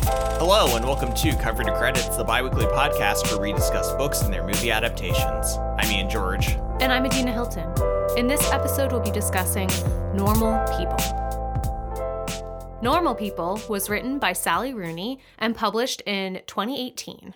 Hello, and welcome to Cover to Credits, the bi weekly podcast where we discuss books and their movie adaptations. I'm Ian George. And I'm Adina Hilton. In this episode, we'll be discussing Normal People. Normal People was written by Sally Rooney and published in 2018.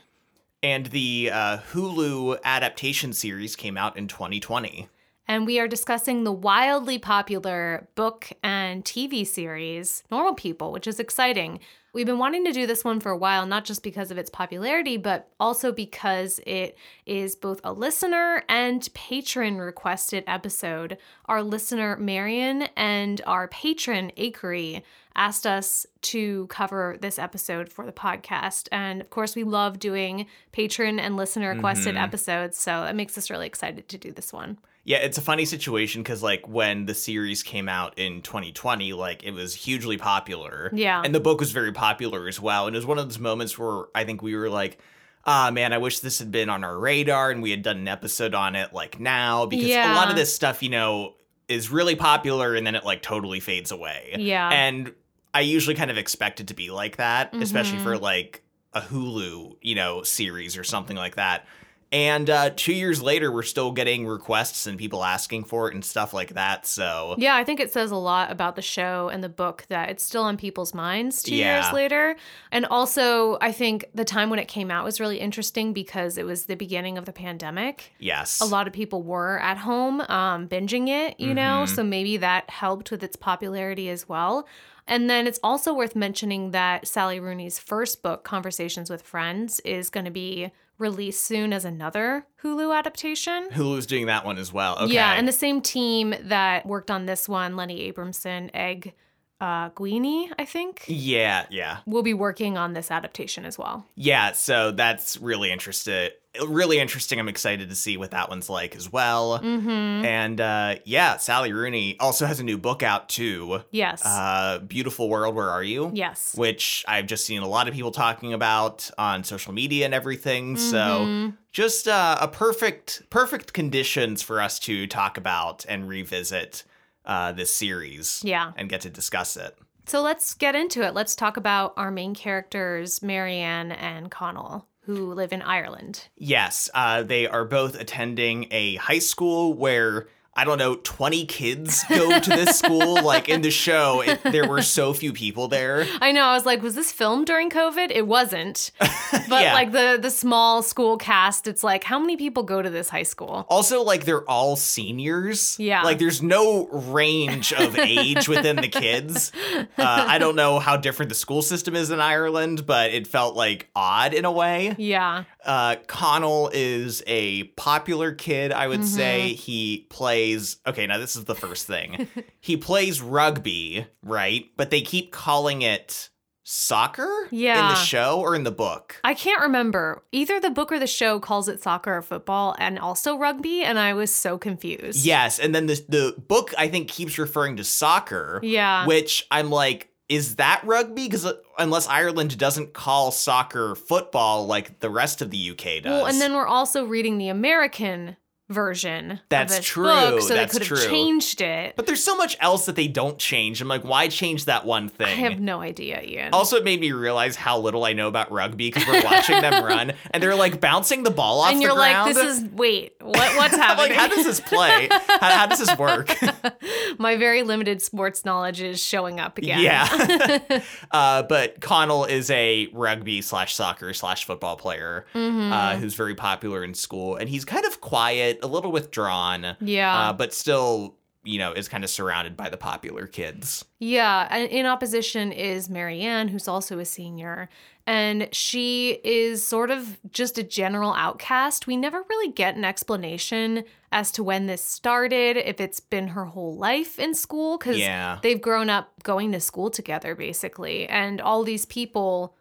And the uh, Hulu adaptation series came out in 2020. And we are discussing the wildly popular book and TV series, Normal People, which is exciting. We've been wanting to do this one for a while, not just because of its popularity, but also because it is both a listener and patron requested episode. Our listener, Marion, and our patron, Akery, asked us to cover this episode for the podcast. And of course, we love doing patron and listener requested episodes. So it makes us really excited to do this one. Yeah, it's a funny situation because, like, when the series came out in 2020, like, it was hugely popular. Yeah. And the book was very popular as well. And it was one of those moments where I think we were like, ah, man, I wish this had been on our radar and we had done an episode on it, like, now, because a lot Yeah. of this stuff, you know, is really popular and then it, like, totally fades away. Yeah. And I usually kind of expect it to be like that, especially Mhm. for, like, a Hulu, you know, series or something like that. And uh, two years later, we're still getting requests and people asking for it and stuff like that. So, Yeah, I think it says a lot about the show and the book that it's still on people's minds two Yeah. years later. And also, I think the time when it came out was really interesting because it was the beginning of the pandemic. yes. A lot of people were at home um, binging it, you know, Mhm. so maybe that helped with its popularity as well. And then it's also worth mentioning that Sally Rooney's first book, Conversations with Friends, is going to be released soon as another Hulu adaptation. Hulu's doing that one as well. Okay. Yeah, and the same team that worked on this one, Lenny Abramson, Egg uh, Guini, I think, yeah, yeah. will be working on this adaptation as well. Yeah, so that's really interesting. Really interesting. I'm excited to see what that one's like as well. Mm-hmm. And uh, yeah, Sally Rooney also has a new book out too. Yes. Uh, Beautiful World, Where Are You? yes. Which I've just seen a lot of people talking about on social media and everything. So Mhm. just uh, a perfect, perfect conditions for us to talk about and revisit uh, this series Yeah. and get to discuss it. So let's get into it. Let's talk about our main characters, Marianne and Connell, who live in Ireland. Yes, uh, they are both attending a high school where I don't know twenty kids go to this school. Like in the show, it, there were so few people there. I know. I was like, was this filmed during COVID? It wasn't. But Yeah. like the the small school cast, it's like, how many people go to this high school? Also, like they're all seniors. Yeah. like there's no range of age within the kids. Uh, I don't know how different the school system is in Ireland, but it felt like odd in a way. Yeah. Uh, Connell is a popular kid, I would say. Mm-hmm. He plays, okay, now this is the first thing. he plays rugby, right? But they keep calling it soccer in Yeah. Uh, the show or in the book. I can't remember. Either the book or the show calls it soccer or football and also rugby, and I was so confused. Yes, and then the the book I think keeps referring to soccer, Yeah. which I'm like, is that rugby? Because unless Ireland doesn't call soccer football like the rest of the UK does, Well, and then we're also reading the American version That's of this true. book, so That's they could have true. changed it. But there's so much else that they don't change. I'm like, why change that one thing? I have no idea, Ian. Also, it made me realize how little I know about rugby because we're watching them run and they're like bouncing the ball off and the you're ground. like, this is wait, what what's I'm happening? like, how does this play? How, how does this work? My very limited sports knowledge is showing up again. Yeah. uh, but Connell is a rugby slash soccer slash football player Mhm. uh, who's very popular in school, and he's kind of quiet, a little withdrawn, yeah. uh, but still, you know, is kind of surrounded by the popular kids. Yeah, and in opposition is Marianne, who's also a senior, and she is sort of just a general outcast. We never really get an explanation as to when this started, if it's been her whole life in school, because Yeah. they've grown up going to school together, basically, and all these people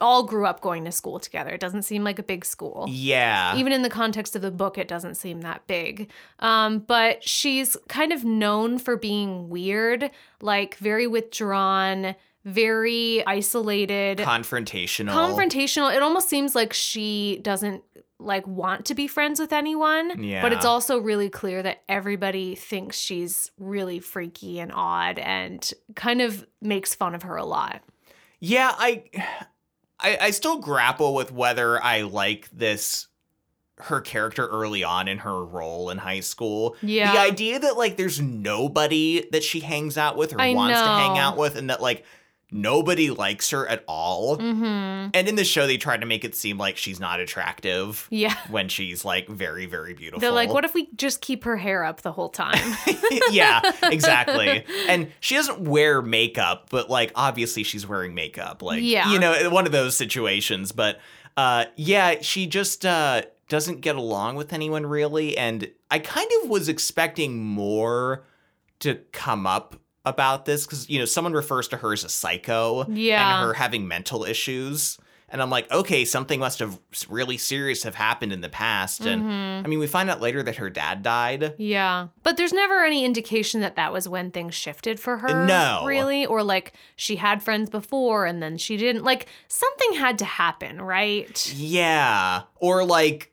all grew up going to school together. It doesn't seem like a big school Yeah. even in the context of the book it doesn't seem that big um, but she's kind of known for being weird like very withdrawn very isolated confrontational. confrontational it almost seems like she doesn't like want to be friends with anyone but it's Yeah. also really clear that everybody thinks she's really freaky and odd and kind of makes fun of her a lot Yeah, I I, I still grapple with whether I like this her character early on in her role in high school. Yeah. The idea that like there's nobody that she hangs out with or I wants to hang know. out with and that like nobody likes her at all. mm-hmm. And in the show they tried to make it seem like she's not attractive Yeah. when she's like very very beautiful. They're like, what if we just keep her hair up the whole time? yeah, exactly. And she doesn't wear makeup, but like obviously she's wearing makeup. Like Yeah. you know, one of those situations. But uh yeah, she just uh doesn't get along with anyone really. And I kind of was expecting more to come up about this because you know, someone refers to her as a psycho Yeah. and her having mental issues. And I'm like, okay, something must have really serious have happened in the past. And Mhm. I mean, we find out later that her dad died. Yeah. But there's never any indication that that was when things shifted for her. No. Really? Or like she had friends before and then she didn't. Like something had to happen, right? Yeah. Or like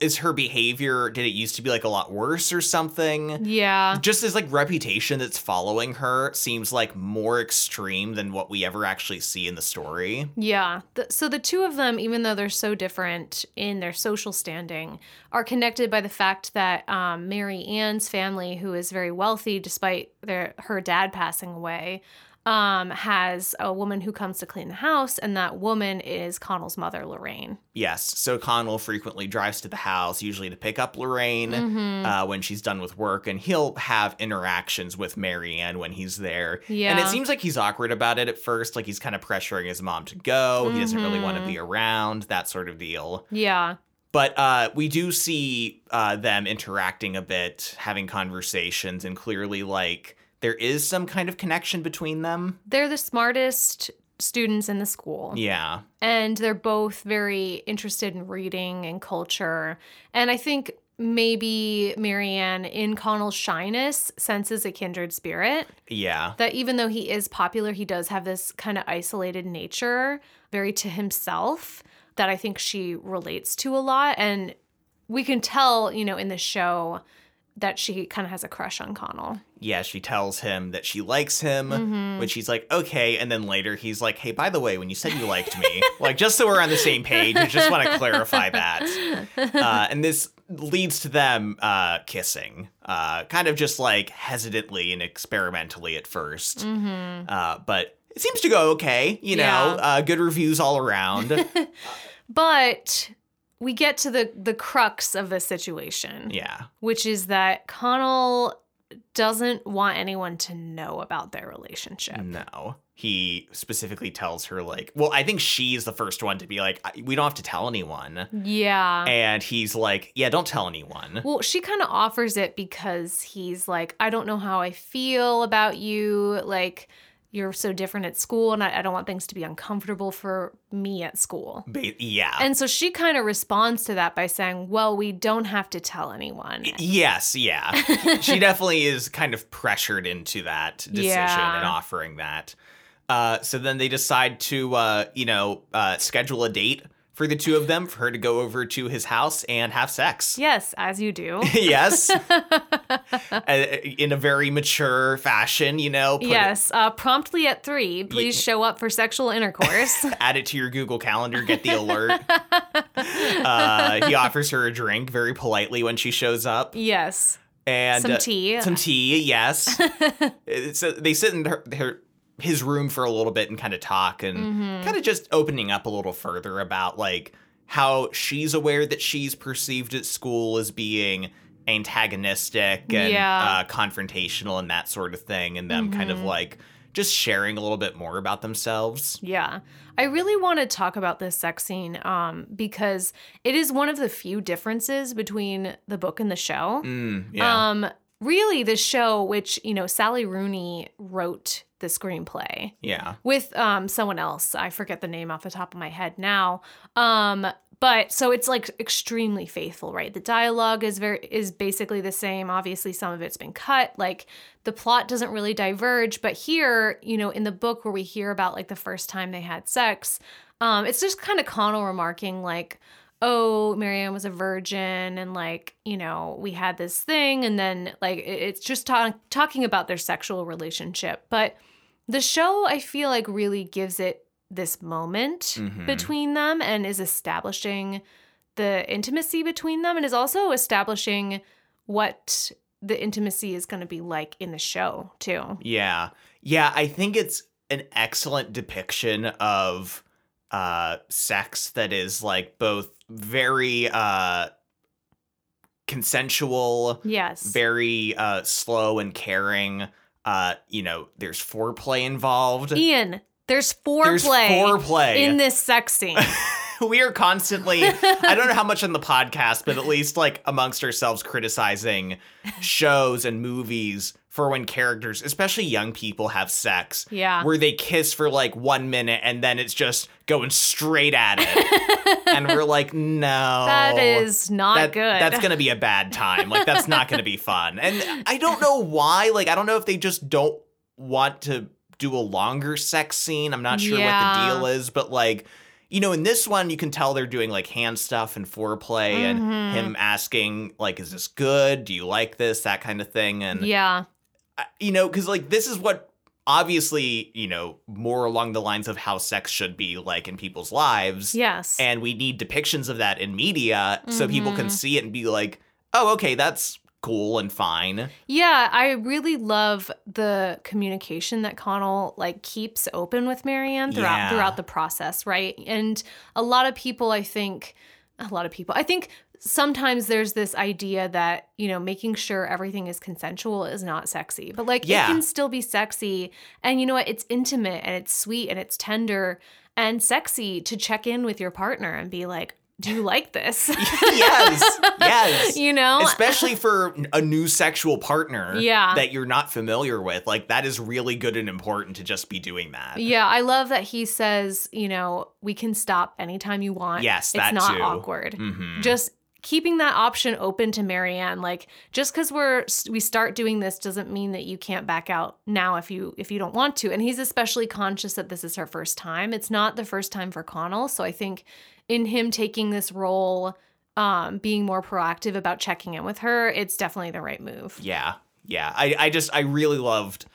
is her behavior did it used to be like a lot worse or something? Yeah. Just as like reputation that's following her seems like more extreme than what we ever actually see in the story. Yeah. The, so the two of them, even though they're so different in their social standing, are connected by the fact that um, Mary Ann's family, who is very wealthy despite their her dad passing away, um, has a woman who comes to clean the house, and that woman is Connell's mother, Lorraine. Yes, so Connell frequently drives to the house, usually to pick up Lorraine Mhm. uh, when she's done with work, and he'll have interactions with Marianne when he's there. And Yeah. it seems like he's awkward about it at first, like he's kind of pressuring his mom to go. He doesn't really want to Mhm. be around, that sort of deal. Yeah. But uh, we do see uh, them interacting a bit, having conversations, and clearly, like, there is some kind of connection between them. They're the smartest students in the school. Yeah. and they're both very interested in reading and culture. And I think maybe Marianne, in Connell's shyness, senses a kindred spirit Yeah. that even though he is popular, he does have this kind of isolated nature, very to himself, that I think she relates to a lot. And we can tell, you know, in the show that she kind of has a crush on Connell. Yeah. She tells him that she likes him, Mhm. which he's like, okay. And then later he's like, hey, by the way, when you said you liked me, like, just so we're on the same page, I just want to clarify that. Uh, and this leads to them uh, kissing, uh, kind of just like hesitantly and experimentally at 1st hmm Uh, but it seems to go okay, you know, Yeah. uh, good reviews all around. But we get to the the crux of the situation. yeah. which is that Connell doesn't want anyone to know about their relationship. No. He specifically tells her, like, well, I think she's the first one to be like, "I- we don't have to tell anyone. Yeah. And he's like, yeah, don't tell anyone. Uh-huh. well, she kind of offers it because he's like, I don't know how I feel about you. Like, you're so different at school, and I, I don't want things to be uncomfortable for me at school. Ba- yeah. And so she kind of responds to that by saying, Well, we don't have to tell anyone. yes, yeah. she definitely is kind of pressured into that decision Yeah. and offering that. Uh, so then they decide to, uh, you know, uh, schedule a date for the two of them for her to go over to his house and have sex. yes, as you do. yes. Uh, In a very mature fashion, you know, put it, yes, uh, promptly at three, please show up for sexual intercourse. add it to your Google Calendar, get the alert. uh, he offers her a drink very politely when she shows up, yes. and some uh, tea. some tea, yes. Uh, so they sit in her, her his room for a little bit and kind of talk and Mm-hmm. kind of just opening up a little further about like how she's aware that she's perceived at school as being antagonistic and Yeah. Mm-hmm. uh, confrontational and that sort of thing, and them kind of like just sharing a little bit more about themselves. yeah. I really want to talk about this sex scene um, because it is one of the few differences between the book and the show. Mm, yeah. Um, really, the show, which, you know, Sally Rooney wrote the screenplay yeah. with um, someone else. I forget the name off the top of my head now. Um, but so it's like extremely faithful, right? The dialogue is very is basically the same. Obviously, some of it's been cut. Like the plot doesn't really diverge. But here, you know, in the book where we hear about like the first time they had sex, um, it's just kind of Connell remarking like. Oh, Marianne was a virgin, and like, you know, we had this thing, and then like, it- it's just ta- talking about their sexual relationship. But the show, I feel like, really gives it this moment Mhm. between them and is establishing the intimacy between them and is also establishing what the intimacy is going to be like in the show, too. Yeah. Yeah, I think it's an excellent depiction of uh sex that is like both very uh consensual, Yes. very uh slow and caring. Uh you know, there's foreplay involved. Ian, there's There's E, foreplay foreplay. in this sex scene. we are constantly I don't know how much on the podcast, but at least like amongst ourselves criticizing shows and movies for when characters, especially young people, have sex yeah. where they kiss for like one minute and then it's just going straight at it. and we're like, no. that is not that- good. That's going to be a bad time. Like, that's not going to be fun. And I don't know why. Like, I don't know if they just don't want to do a longer sex scene. I'm not sure Yeah. what the deal is, but like, you know, in this one, you can tell they're doing like hand stuff and foreplay Mhm. and him asking, like, is this good? Do you like this? That kind of thing. And yeah. I- you know, because like this is what obviously, you know, more along the lines of how sex should be like in people's lives. Yes. And we need depictions of that in media so people can Mhm. see it and be like, oh, okay, that's cool and fine. Yeah, I really love the communication that Connell like keeps open with Marianne throughout Yeah. throughout the process, right? And a lot of people, I think, a lot of people, I think sometimes there's this idea that you know making sure everything is consensual is not sexy, but like Yeah. it can still be sexy, and you know what? It's intimate and it's sweet and it's tender and sexy to check in with your partner and be like, "Do you like this?" yes. Yes. you know, Especially for a new sexual partner Yeah. that you're not familiar with. Like, that is really good and important to just be doing that. Yeah, I love that he says, you know, we can stop anytime you want. Yes, it's that not too. awkward. Mhm. Just keeping that option open to Marianne, like just because we're we start doing this doesn't mean that you can't back out now if you if you don't want to. And he's especially conscious that this is her first time. It's not the first time for Connell, so I think in him taking this role, um, being more proactive about checking in with her, it's definitely the right move. Yeah, yeah. I, I just I really loved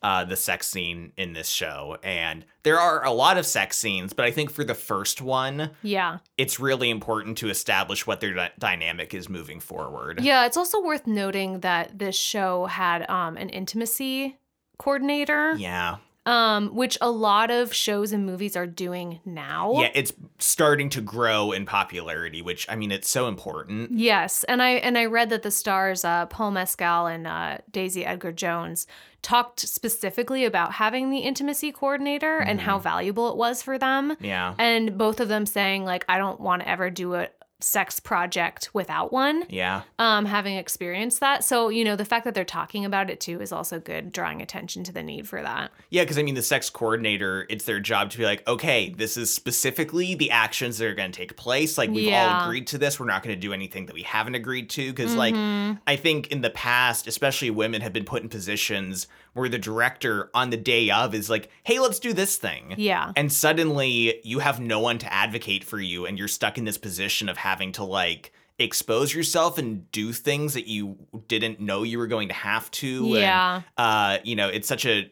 uh, the sex scene in this show, and there are a lot of sex scenes, but I think for the first one, Yeah. it's really important to establish what their dy- dynamic is moving forward. Yeah, it's also worth noting that this show had um, an intimacy coordinator, Yeah, um, which a lot of shows and movies are doing now. yeah. It's starting to grow in popularity, which I mean, it's so important. Yes, and I and I read that the stars uh, Paul Mescal and uh, Daisy Edgar Jones talked specifically about having the intimacy coordinator and Mm-hmm. how valuable it was for them, Yeah, and both of them saying like, I don't want to ever do a sex project without one. yeah, um, having experienced that. So, you know, the fact that they're talking about it too is also good, drawing attention to the need for that. yeah. Because I mean, the sex coordinator, it's their job to be like, okay, this is specifically the actions that are going to take place. Like we've all Yeah. agreed to this. We're not going to do anything that we haven't agreed to. Because like. Mhm. I think in the past, especially women have been put in positions where the director on the day of is like, hey, let's do this thing. yeah. And suddenly you have no one to advocate for you, and you're stuck in this position of having to like expose yourself and do things that you didn't know you were going to have to. and, Yeah. uh, you know, it's such a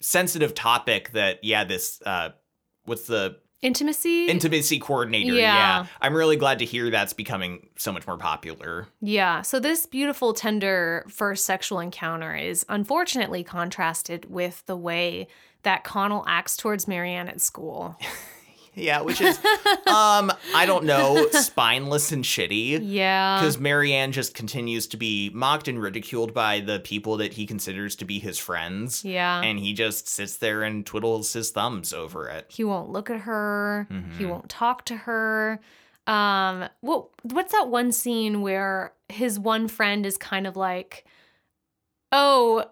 sensitive topic that, yeah, this, uh, what's the Intimacy. intimacy coordinator? Yeah. I'm really glad to hear that's becoming so much more popular. yeah. So, this beautiful, tender first sexual encounter is unfortunately contrasted with the way that Connell acts towards Marianne at school. Yeah, which is, um, I don't know, spineless and shitty. Yeah. Because Marianne just continues to be mocked and ridiculed by the people that he considers to be his friends. Yeah. And he just sits there and twiddles his thumbs over it. he won't look at her he Mhm. won't talk to her um what what's that one scene where his one friend is kind of like oh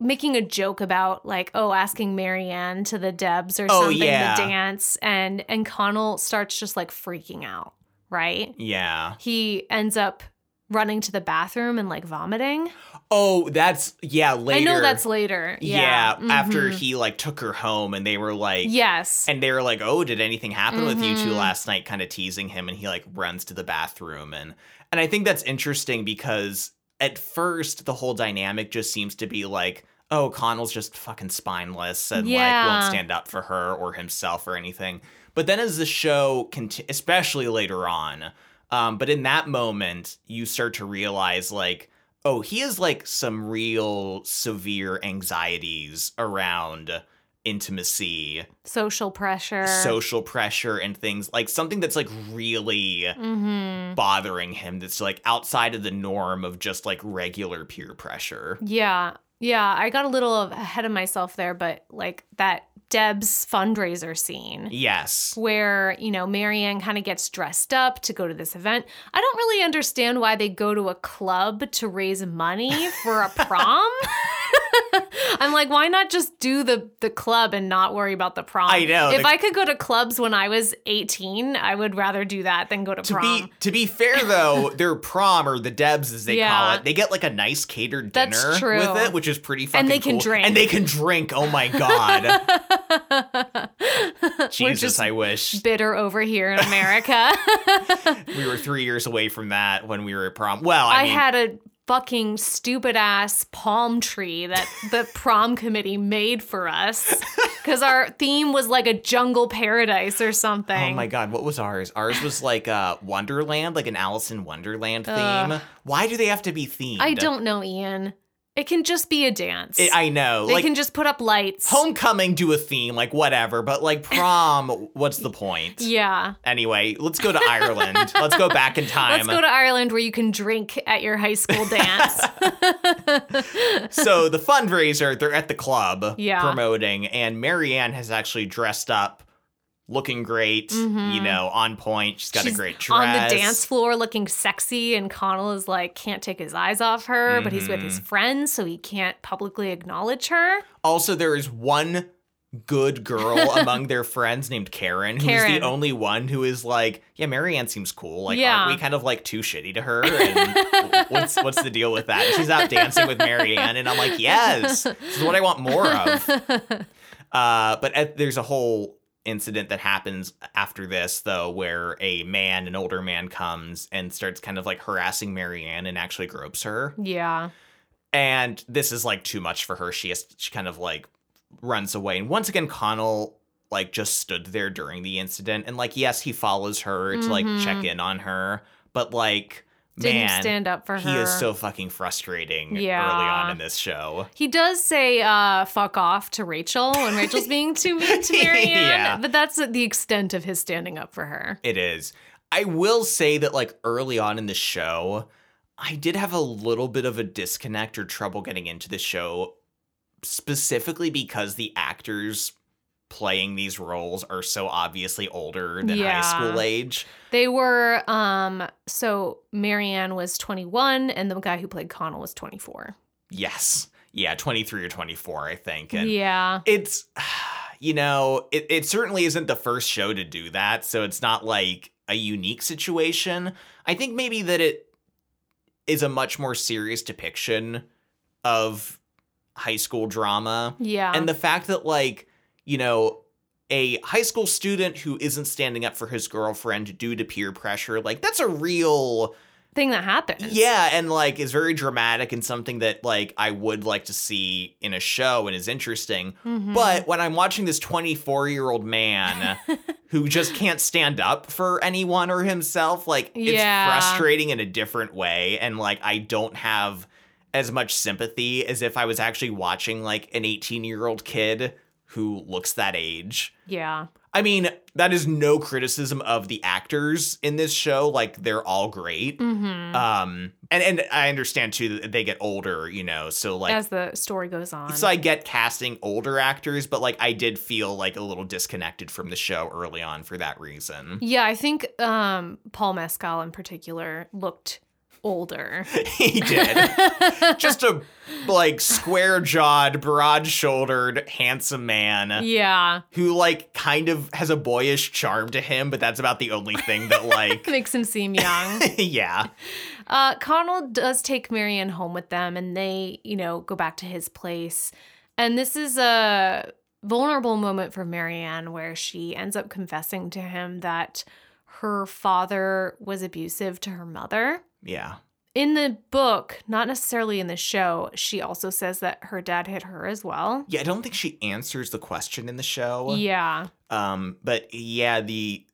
making a joke about like oh asking marianne to the debs or Oh, something yeah. to dance and and connell starts just like freaking out right Yeah. he ends up running to the bathroom and like vomiting Oh, that's, yeah, later. i know that's later yeah, After Mhm. he, like, took her home and they were like, yes And they were like, "Oh, did anything happen with you two Mhm. last night?" Kind of teasing him, and he like runs to the bathroom, and and I think that's interesting because at first the whole dynamic just seems to be like, oh, Connell's just fucking spineless and like Yeah. won't stand up for her or himself or anything. But then as the show, conti- especially later on, um, but in that moment, you start to realize like, oh, he has like some real severe anxieties around intimacy, Social pressure. social pressure, and things like something that's like really Mm-hmm. bothering him that's like outside of the norm of just like regular peer pressure. Yeah. Yeah. I got a little of- ahead of myself there, but like that Deb's fundraiser scene. Yes. where you know Marianne kind of gets dressed up to go to this event. I don't really understand why they go to a club to raise money for a prom. I'm like, why not just do the the club and not worry about the prom? I know, If the- I could go to clubs when I was 18, I would rather do that than go to, To prom. be to be fair though, their prom or the Debs as they call Yeah. it, they get like a nice catered dinner That's true. with it, which is pretty fucking they can cool. drink. And they can drink. Oh my god. We're Jesus, just I wish bitter over here in America. we were three years away from that when we were at prom. Well, I, I mean, had a fucking stupid ass palm tree that the prom committee made for us because our theme was like a jungle paradise or something. Oh my god, what was ours? Ours was like uh Wonderland, like an Alice in Wonderland Ugh. theme. Why do they have to be themed? I don't know, Ian. It can just be a dance. I I know. they like can just put up lights. homecoming do a theme like whatever but like prom what's the point Yeah. anyway let's go to ireland let's go back in time Let's go to Ireland where you can drink at your high school dance. so the fundraiser they're at the club Yeah. promoting and marianne has actually dressed up looking great you know on point she's got Mm-hmm. She's a great dress on the dance floor looking sexy, and Connell is like, can't take his eyes off her, but he's with Mm-hmm. his friends, so he can't publicly acknowledge her. also there is one good girl among their friends named Karen, who's Karen. the only one who is like, yeah, Marianne seems cool. Like, Yeah. aren't we kind of like too shitty to her? And what's what's the deal with that? And she's out dancing with Marianne, and I'm like, yes, this is what I want more of. Uh, but at, there's a whole incident that happens after this though where a man an older man comes and starts kind of like harassing marianne and actually gropes her Yeah. and this is like too much for her she has she kind of like runs away and once again connell like just stood there during the incident and like yes he follows her to like Mhm. check in on her but like Didn't man stand up for her. he is so fucking frustrating early Yeah. on in this show He does say uh, "fuck off" to Rachel when Rachel's being too mean to Marianne, Yeah. but that's the extent of his standing up for her. it is i will say that like early on in the show i did have a little bit of a disconnect or trouble getting into the show specifically because the actors playing these roles are so obviously older than Yeah. high school age. They were um, so Marianne was 21, and the guy who played Connell was 24. Yes. Yeah, 23 or 24, I think. And Yeah, it's you know, it, it certainly isn't the first show to do that, so it's not like a unique situation. I think maybe that it is a much more serious depiction of high school drama yeah, and the fact that like you know a high school student who isn't standing up for his girlfriend due to peer pressure like that's a real thing that happens. yeah and like is very dramatic and something that like i would like to see in a show and is interesting Mhm. but when i'm watching this 24 year old man who just can't stand up for anyone or himself like Yeah. it's frustrating in a different way and like i don't have as much sympathy as if i was actually watching like an 18 year old kid who looks that age yeah, I mean, that is no criticism of the actors in this show. Like, they're all great. hmm Um, and and I understand too that they get older, you know. So like, as the story goes on. so I get casting older actors, but like I did feel like a little disconnected from the show early on for that reason. yeah, I think um, Paul Mescal in particular looked older. he did just a like square jawed, broad shouldered, handsome man yeah, who like kind of has a boyish charm to him, but that's about the only thing that like, makes him seem young. yeah, Uh, Connell does take Marianne home with them, and they, you know, go back to his place. And this is a vulnerable moment for Marianne where she ends up confessing to him that her father was abusive to her mother yeah. In the book, not necessarily in the show, she also says that her dad hit her as well. Yeah, I don't think she answers the question in the show. Yeah. Um, but yeah, the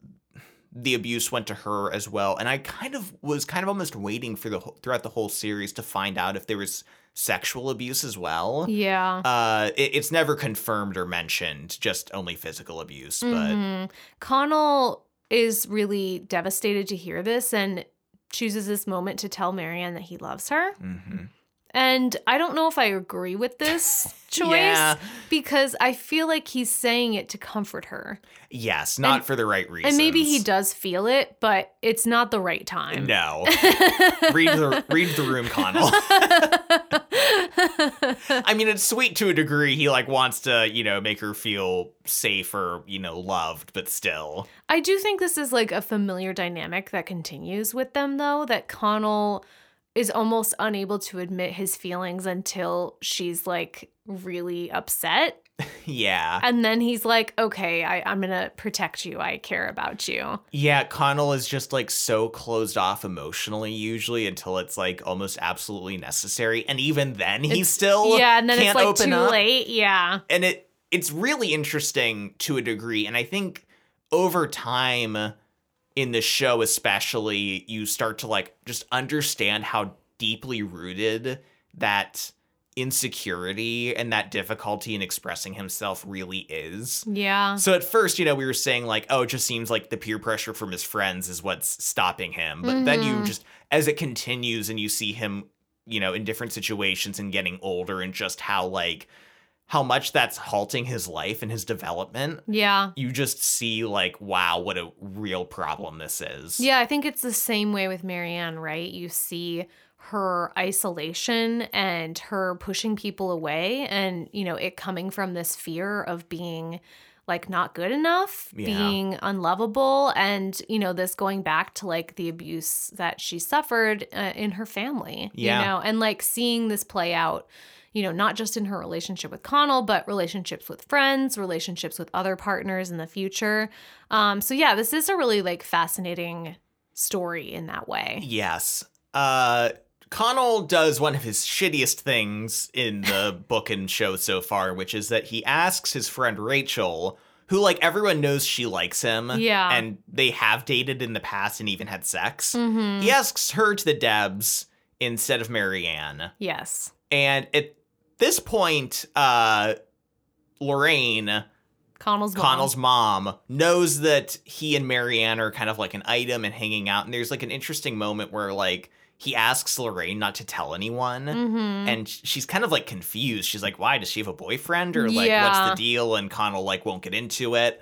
the abuse went to her as well, and I kind of was kind of almost waiting for the whole- throughout the whole series to find out if there was sexual abuse as well. Yeah. Uh, it, it's never confirmed or mentioned, just only physical abuse. But Mhm. Connell is really devastated to hear this and chooses this moment to tell Marianne that he loves her. Mhm. And I don't know if I agree with this choice Yeah. because I feel like he's saying it to comfort her. yes, not And- for the right reasons. And maybe he does feel it, but it's not the right time. No, read the read the room, Connell. I mean, it's sweet to a degree. He like wants to, you know, make her feel safe or, you know, loved, but still. I do think this is like a familiar dynamic that continues with them, though, that Connell is almost unable to admit his feelings until she's like really upset. Yeah. And then he's like, okay, I, I'm going to protect you. I care about you. Yeah, Connell is just like so closed off emotionally usually until it's like almost absolutely necessary. And even then he It's- still yeah. And then it's Oh, can't like open too up. late. Yeah. and it it's really interesting to a degree and i think over time in the show especially you start to like just understand how deeply rooted that insecurity and that difficulty in expressing himself really is Yeah. so at first you know we were saying like oh it just seems like the peer pressure from his friends is what's stopping him but then you Mhm. just as it continues and you see him you know in different situations and getting older and just how like how much that's halting his life and his development Yeah. you just see like wow what a real problem this is Yeah, I think it's the same way with Marianne, right? You see her isolation and her pushing people away, and, you know, it coming from this fear of being like not good enough, Yeah. being unlovable, and, you know, this going back to like the abuse that she suffered uh, in her family, Yeah. you know, and like seeing this play out. You know, not just in her relationship with Connell, but relationships with friends, relationships with other partners in the future. Um, so yeah, this is a really like fascinating story in that way. yes uh Connell does one of his shittiest things in the book and show so far, which is that he asks his friend Rachel, who, like, everyone knows she likes him. Yeah. And they have dated in the past and even had sex. Mm-hmm. He asks her to the Debs instead of Marianne. Yes. And at this point, uh, Lorraine, Connell's mom. Connell's mom, knows that he and Marianne are kind of like an item and hanging out. And there's like an interesting moment where, like, he asks Lorraine not to tell anyone Mhm. and sh- she's kind of like confused. She's like, "Why does she have a boyfriend?" Or like, "What's Yeah. the deal?" And Connell like won't get into it.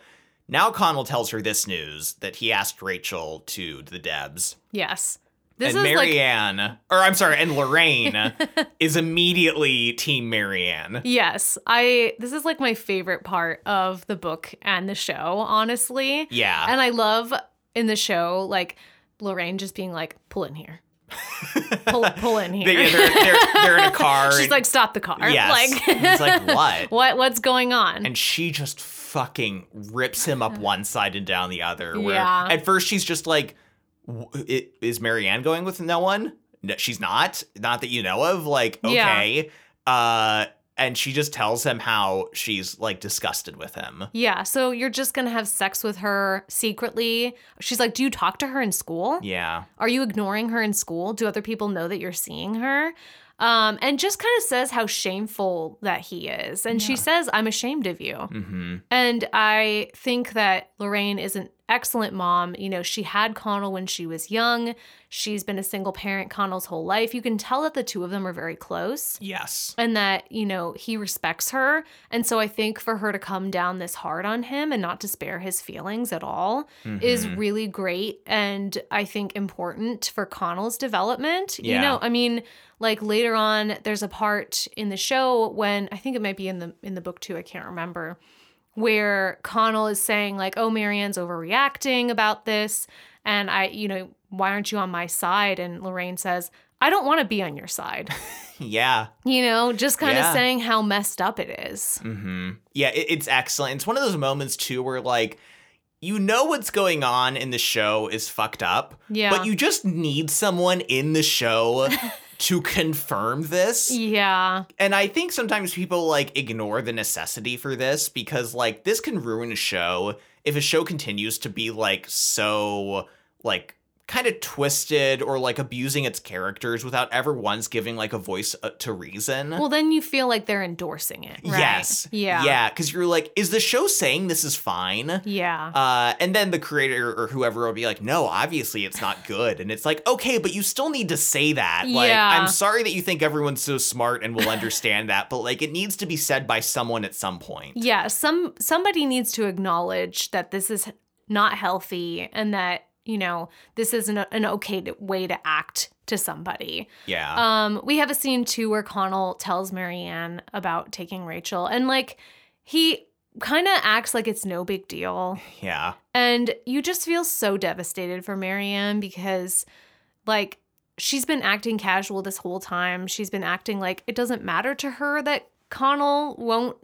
Now Connell tells her this news that he asked Rachel to the Debs, yes. This and is like Marianne, or I'm sorry, and Lorraine is immediately Team Marianne. yes. I this is like my favorite part of the book and the show, honestly. Yeah, And I love in the show like Lorraine just being like, "Pull in here, pull pull in here." they, are they're, they're in a car. She's and- like, "Stop the car." "Yes." Like, He's like, "What?" What what's going on? and she just fucking rips him up one side and down the other. Where Yeah. at first she's just like, "W- i- "Is Marianne going with no one?" No, she's not. Not that you know of. Like, Yeah. okay. Uh, and she just tells him how she's like disgusted with him. Yeah, so you're just gonna have sex with her secretly. She's like, Do you talk to her in school? Yeah. Are you ignoring her in school? Do other people know that you're seeing her? Um, and just kind of says how shameful that he is. And she Yeah. says, I'm ashamed of you. Mm-hmm. And I think that Lorraine is an excellent mom. You know, she had Connell when she was young, she's been a single parent Connell's whole life. You can tell that the two of them are very close Yes. and that you know he respects her and so i think for her to come down this hard on him and not to spare his feelings at all is Mhm. really great and i think important for connell's development you Yeah. know i mean like later on there's a part in the show when i think it might be in the in the book too i can't remember where connell is saying like oh marianne's overreacting about this and i you know why aren't you on my side and lorraine says i don't want to be on your side yeah. you know, just kind Yeah. of saying how messed up it is. Mm-hmm. Yeah, it, it's excellent. It's one of those moments too where like you know what's going on in the show is fucked up, Yeah. but you just need someone in the show to confirm this. yeah. And I think sometimes people like ignore the necessity for this because like this can ruin a show if a show continues to be like so like kind of twisted or like abusing its characters without ever once giving like a voice uh, to reason. Well, then you feel like they're endorsing it. Right? Yes. Yeah. Yeah, cuz you're like is the show saying this is fine? Yeah. Uh, and then the creator or whoever will be like, no, obviously it's not good. And it's like, okay, but you still need to say that. Like, Yeah. I'm sorry that you think everyone's so smart and will understand that, but like it needs to be said by someone at some point. Yeah, some somebody needs to acknowledge that this is not healthy and that, you know, this isn't a- an okay to, way to act to somebody. Yeah. Um, we have a scene too where Connell tells Marianne about taking Rachel and like he kind of acts like it's no big deal. yeah. And you just feel so devastated for Marianne because, like, she's been acting casual this whole time. She's been acting like it doesn't matter to her that Connell won't,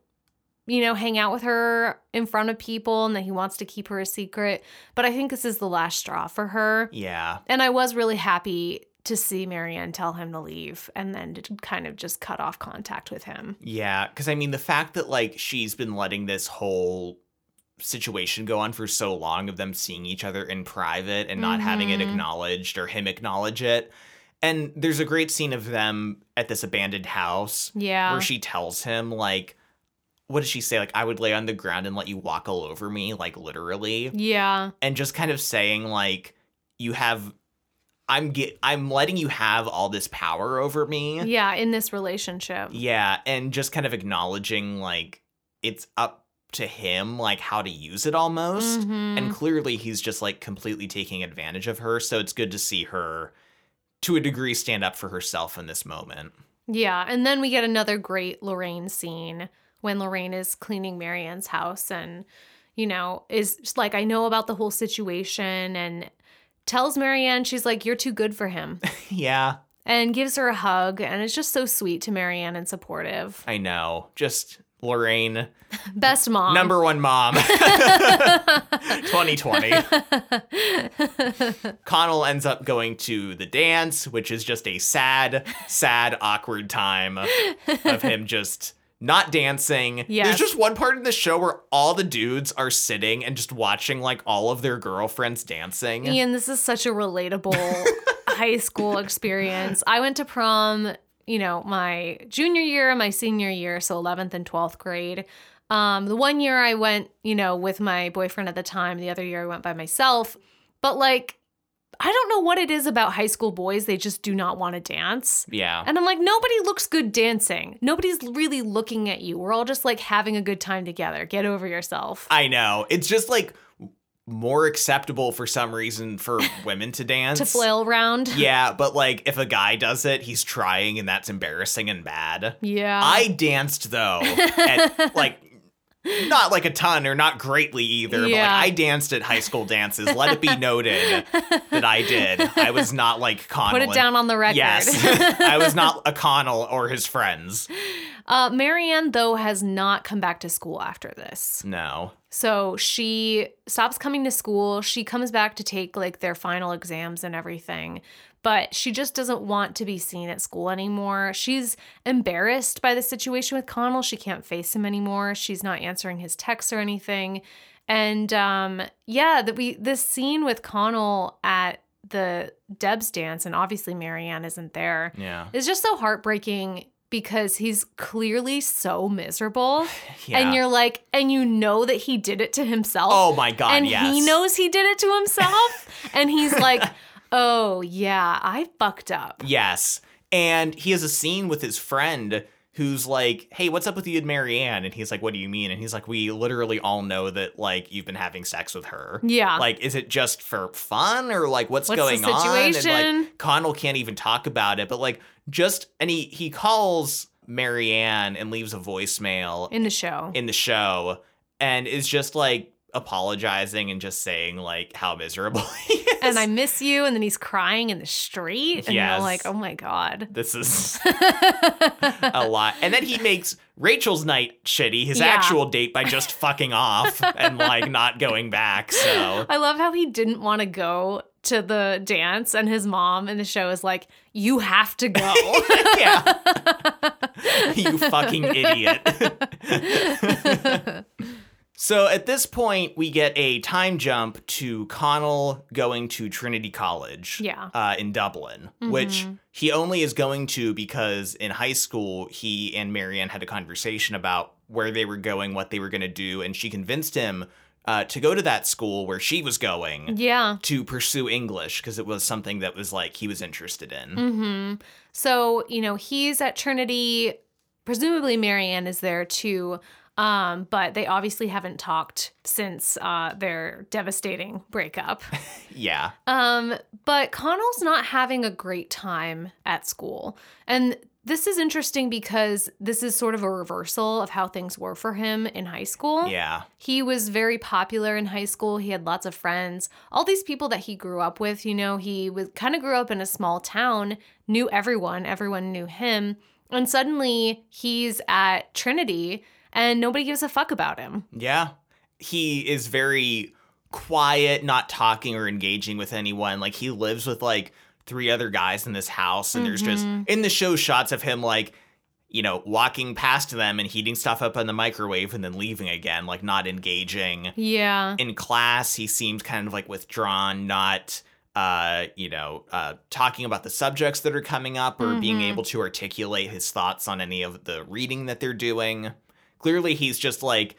you know, hang out with her in front of people and that he wants to keep her a secret. But I think this is the last straw for her. Yeah. And I was really happy to see Marianne tell him to leave and then to kind of just cut off contact with him. Yeah. Cause I mean, the fact that like she's been letting this whole situation go on for so long of them seeing each other in private and not having it Mhm. acknowledged or him acknowledge it. And there's a great scene of them at this abandoned house Yeah. where she tells him like what does she say like i would lay on the ground and let you walk all over me like literally yeah. and just kind of saying like you have i'm get i'm letting you have all this power over me Yeah. In this relationship. yeah and just kind of acknowledging like it's up to him like how to use it almost Mhm. and clearly he's just like completely taking advantage of her so it's good to see her to a degree stand up for herself in this moment Yeah, and then we get another great Lorraine scene when Lorraine is cleaning Marianne's house and you know is just like I know about the whole situation and tells Marianne she's like you're too good for him yeah and gives her a hug and it's just so sweet to Marianne and supportive. I know. Just Lorraine, Best mom. number one mom. 2020. Connell ends up going to the dance, which is just a sad, sad, awkward time of him just not dancing. Yes. There's just one part in the show where all the dudes are sitting and just watching like all of their girlfriends dancing. Ian, this is such a relatable high school experience. I went to prom, you know, my junior year, my senior year, so 11th and 12th grade. Um, the one year I went, you know, with my boyfriend at the time, the other year I went by myself. But like, I don't know what it is about high school boys, they just do not want to dance. Yeah. And I'm like, nobody looks good dancing. Nobody's really looking at you. We're all just like having a good time together. Get over yourself. I know. It's just like more acceptable for some reason for women to dance. to flail around. Yeah, but like if a guy does it, he's trying and that's embarrassing and bad. Yeah. I danced though, at like not like a ton or not greatly either, but Yeah. like I danced at high school dances. Let it be noted that I did. I was not like Connell. Put it and- down on the record. Yes. I was not a Connell or his friends. Uh, Marianne, though, has not come back to school after this. No. So she stops coming to school. She comes back to take like their final exams and everything. But she just doesn't want to be seen at school anymore. She's embarrassed by the situation with Connell. She can't face him anymore. She's not answering his texts or anything. And um, yeah, that we this scene with Connell at the Deb's dance, and obviously Marianne isn't there Yeah. is just so heartbreaking because he's clearly so miserable Yeah. and you're like and you know that he did it to himself Oh my god, and yes. he knows he did it to himself and he's like oh yeah i fucked up Yes. And he has a scene with his friend who's like, Hey, what's up with you and Marianne? And he's like, What do you mean? And he's like, We literally all know that like you've been having sex with her. yeah Like, is it just for fun or like what's, What's the going on? And situation? like Connell can't even talk about it, but like just and he he calls Marianne and leaves a voicemail in the show in the show and is just like apologizing and just saying like how miserable he is. And I miss you. And then he's crying in the street. And Yes. you're like, oh my God. this is a lot. And then he makes Rachel's night shitty, his Yeah. actual date by just fucking off and like not going back. So I love how he didn't want to go to the dance, and his mom in the show is like, "You have to go." yeah. you fucking idiot. so at this point, we get a time jump to Connell going to Trinity College Yeah. uh, in Dublin, which he only is going to because in high school, he and Marianne had a conversation about where they were going, what they were going to do, and she convinced him uh, to go to that school where she was going. yeah. To pursue English because it was something that was like he was interested in. hmm So you know he's at Trinity. Presumably Marianne is there too, um, but they obviously haven't talked since uh, their devastating breakup. Yeah. Um, but Connell's not having a great time at school. And this is interesting because this is sort of a reversal of how things were for him in high school. Yeah. He was very popular in high school. He had lots of friends. All these people that he grew up with, you know, he was kind of grew up in a small town, knew everyone, everyone knew him. And suddenly he's at Trinity and nobody gives a fuck about him. Yeah. He is very quiet, not talking or engaging with anyone. Like he lives with like three other guys in this house and there's just Mhm. in the show shots of him like you know, walking past them and heating stuff up in the microwave and then leaving again, like not engaging. Yeah. In class, he seemed kind of like withdrawn, not uh, you know, uh talking about the subjects that are coming up or being Mhm. able to articulate his thoughts on any of the reading that they're doing. Clearly he's just like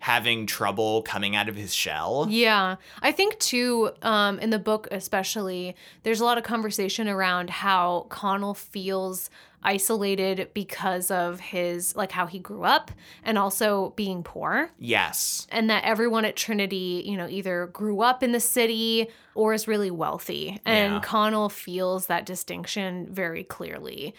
having trouble coming out of his shell. Yeah. I think, too, um, in the book, especially, there's a lot of conversation around how Connell feels isolated because of his, like, how he grew up and also being poor. Yes. And that everyone at Trinity, you know, either grew up in the city or is really wealthy. And Yeah. Connell feels that distinction very clearly.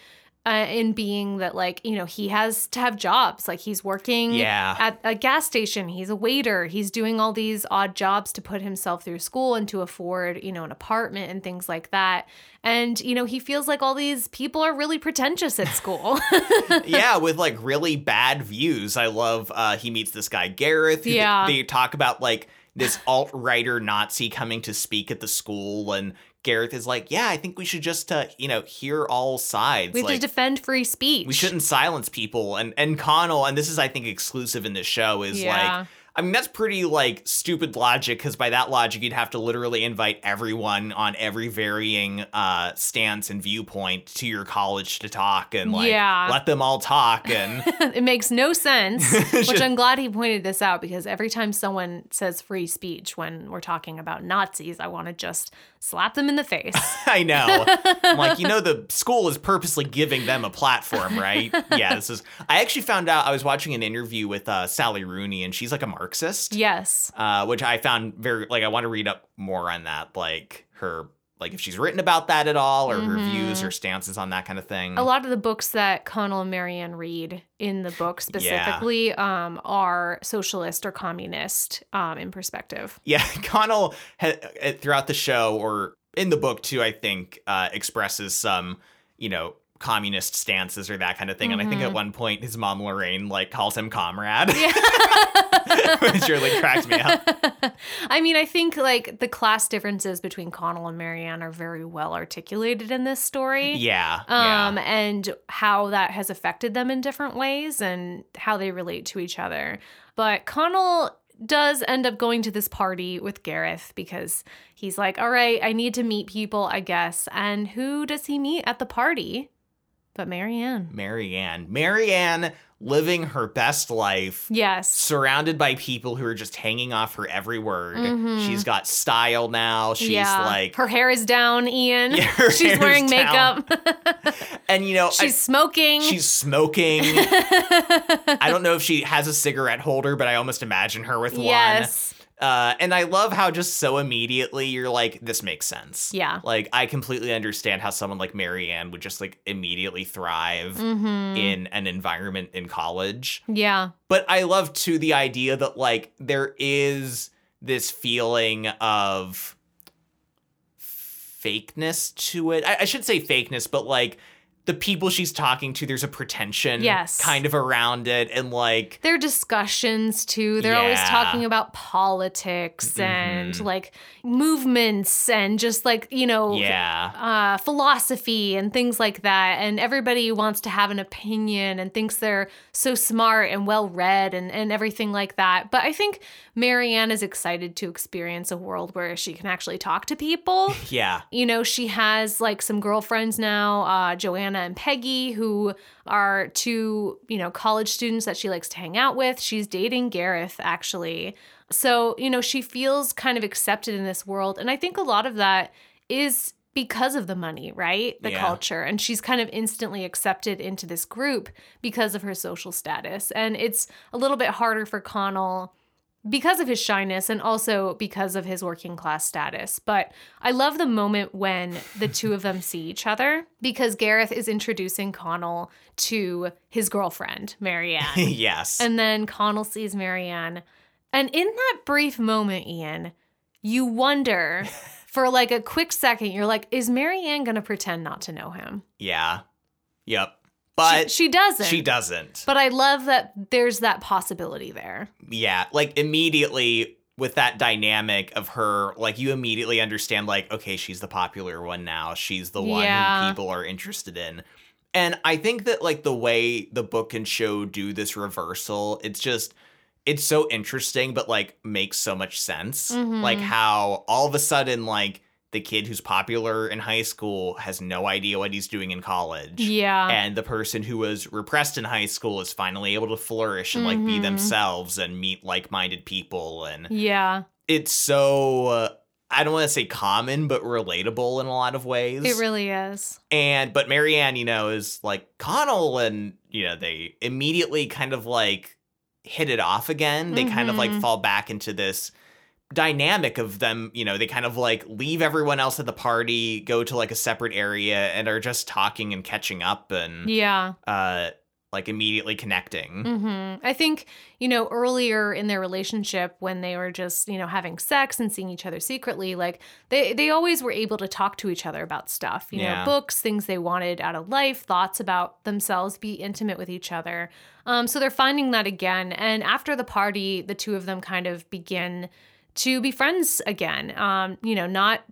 Uh, in being that, like, you know, he has to have jobs. Like, he's working Yeah. at a gas station. He's a waiter. He's doing all these odd jobs to put himself through school and to afford, you know, an apartment and things like that. And, you know, he feels like all these people are really pretentious at school. yeah, with like really bad views. I love uh he meets this guy Gareth. who Yeah. They, they talk about like this alt writer Nazi coming to speak at the school and Gareth is like, "Yeah, I think we should just uh, you know, hear all sides." we have like, to defend free speech. we shouldn't silence people and and connell and this is i think exclusive in this show is Yeah. like i mean that's pretty like stupid logic because by that logic you'd have to literally invite everyone on every varying uh stance and viewpoint to your college to talk and like Yeah. let them all talk and it makes no sense, which I'm glad he pointed this out because every time someone says free speech when we're talking about Nazis, I want to just slap them in the face. i know i'm like you know the school is purposely giving them a platform right yeah this is i actually found out i was watching an interview with uh, sally rooney and she's like a marxist yes. uh, which I found very like I want to read up more on that, like her like if she's written about that at all or her Mhm. views or stances on that kind of thing. a lot of the books that Connell and Marianne read in the book specifically um, are socialist or communist um, in perspective. yeah, Connell ha- uh, throughout the show or in the book too, I think uh, expresses some you know communist stances or that kind of thing. And I think at Mhm. one point his mom Lorraine like calls him comrade, Yeah. which really cracks me up. I mean, I think like the class differences between Connell and Marianne are very well articulated in this story. Yeah, yeah. Um, and how that has affected them in different ways and how they relate to each other. But Connell does end up going to this party with Gareth because he's like, all right, I need to meet people, I guess. And who does he meet at the party? But Marianne. Marianne, Marianne living her best life. Yes. surrounded by people who are just hanging off her every word. Mhm. She's got style now. She's yeah. like her hair is down, Ian. Yeah, her She's hair's wearing down. makeup. and you know, She's smoking. I, she's smoking. I don't know if she has a cigarette holder, but I almost imagine her with yes. one. Uh, and I love how just so immediately you're like, this makes sense. Yeah. Like I completely understand how someone like Marianne would just like immediately thrive hmm in an environment in college. yeah. But I love too the idea that like there is this feeling of fakeness to it. I, I should say fakeness, but like the people she's talking to, there's a pretension Yes. kind of around it. And like, Their discussions too. They're always Yeah. talking about politics and Mhm. like movements and just like, you know, yeah. uh, philosophy and things like that. And everybody wants to have an opinion and thinks they're so smart and well read and, and everything like that. But I think Marianne is excited to experience a world where she can actually talk to people. Yeah. You know, she has like some girlfriends now, uh, Joanna and Peggy, who are two, you know, college students that she likes to hang out with. She's dating Gareth, actually. So, you know, she feels kind of accepted in this world. And I think a lot of that is because of the money, right? The Yeah. culture. And she's kind of instantly accepted into this group because of her social status. And it's a little bit harder for Connell because of his shyness and also because of his working class status. But I love the moment when the two of them see each other because Gareth is introducing Connell to his girlfriend, Marianne. yes. and then Connell sees Marianne. And in that brief moment, Ian, you wonder for like a quick second, you're like, is Marianne going to pretend not to know him? yeah. Yep. She- But she, Uh, she, doesn't. doesn't. But I love that there's that possibility there. yeah. Like immediately with that dynamic of her, like you immediately understand, like, okay, she's the popular one now. She's the one Yeah. who people are interested in. And I think that like the way the book and show do this reversal, it's just it's so interesting, but like makes so much sense. Mhm. Like how all of a sudden, like the kid who's popular in high school has no idea what he's doing in college. Yeah. and the person who was repressed in high school is finally able to flourish and like be Mhm. themselves and meet like-minded people and yeah. it's so uh, i don't want to say common but relatable in a lot of ways It really is. and but marianne you know is like connell and you know they immediately kind of like hit it off again they kind of like Mhm. fall back into this dynamic of them you know they kind of like leave everyone else at the party go to like a separate area and are just talking and catching up and Yeah. uh like immediately connecting. hmm I think, you know, earlier in their relationship when they were just, you know, having sex and seeing each other secretly, like they, they always were able to talk to each other about stuff, you know, Yeah. books, things they wanted out of life, thoughts about themselves, be intimate with each other. Um, so they're finding that again. And after the party, the two of them kind of begin to be friends again. Um, you know, not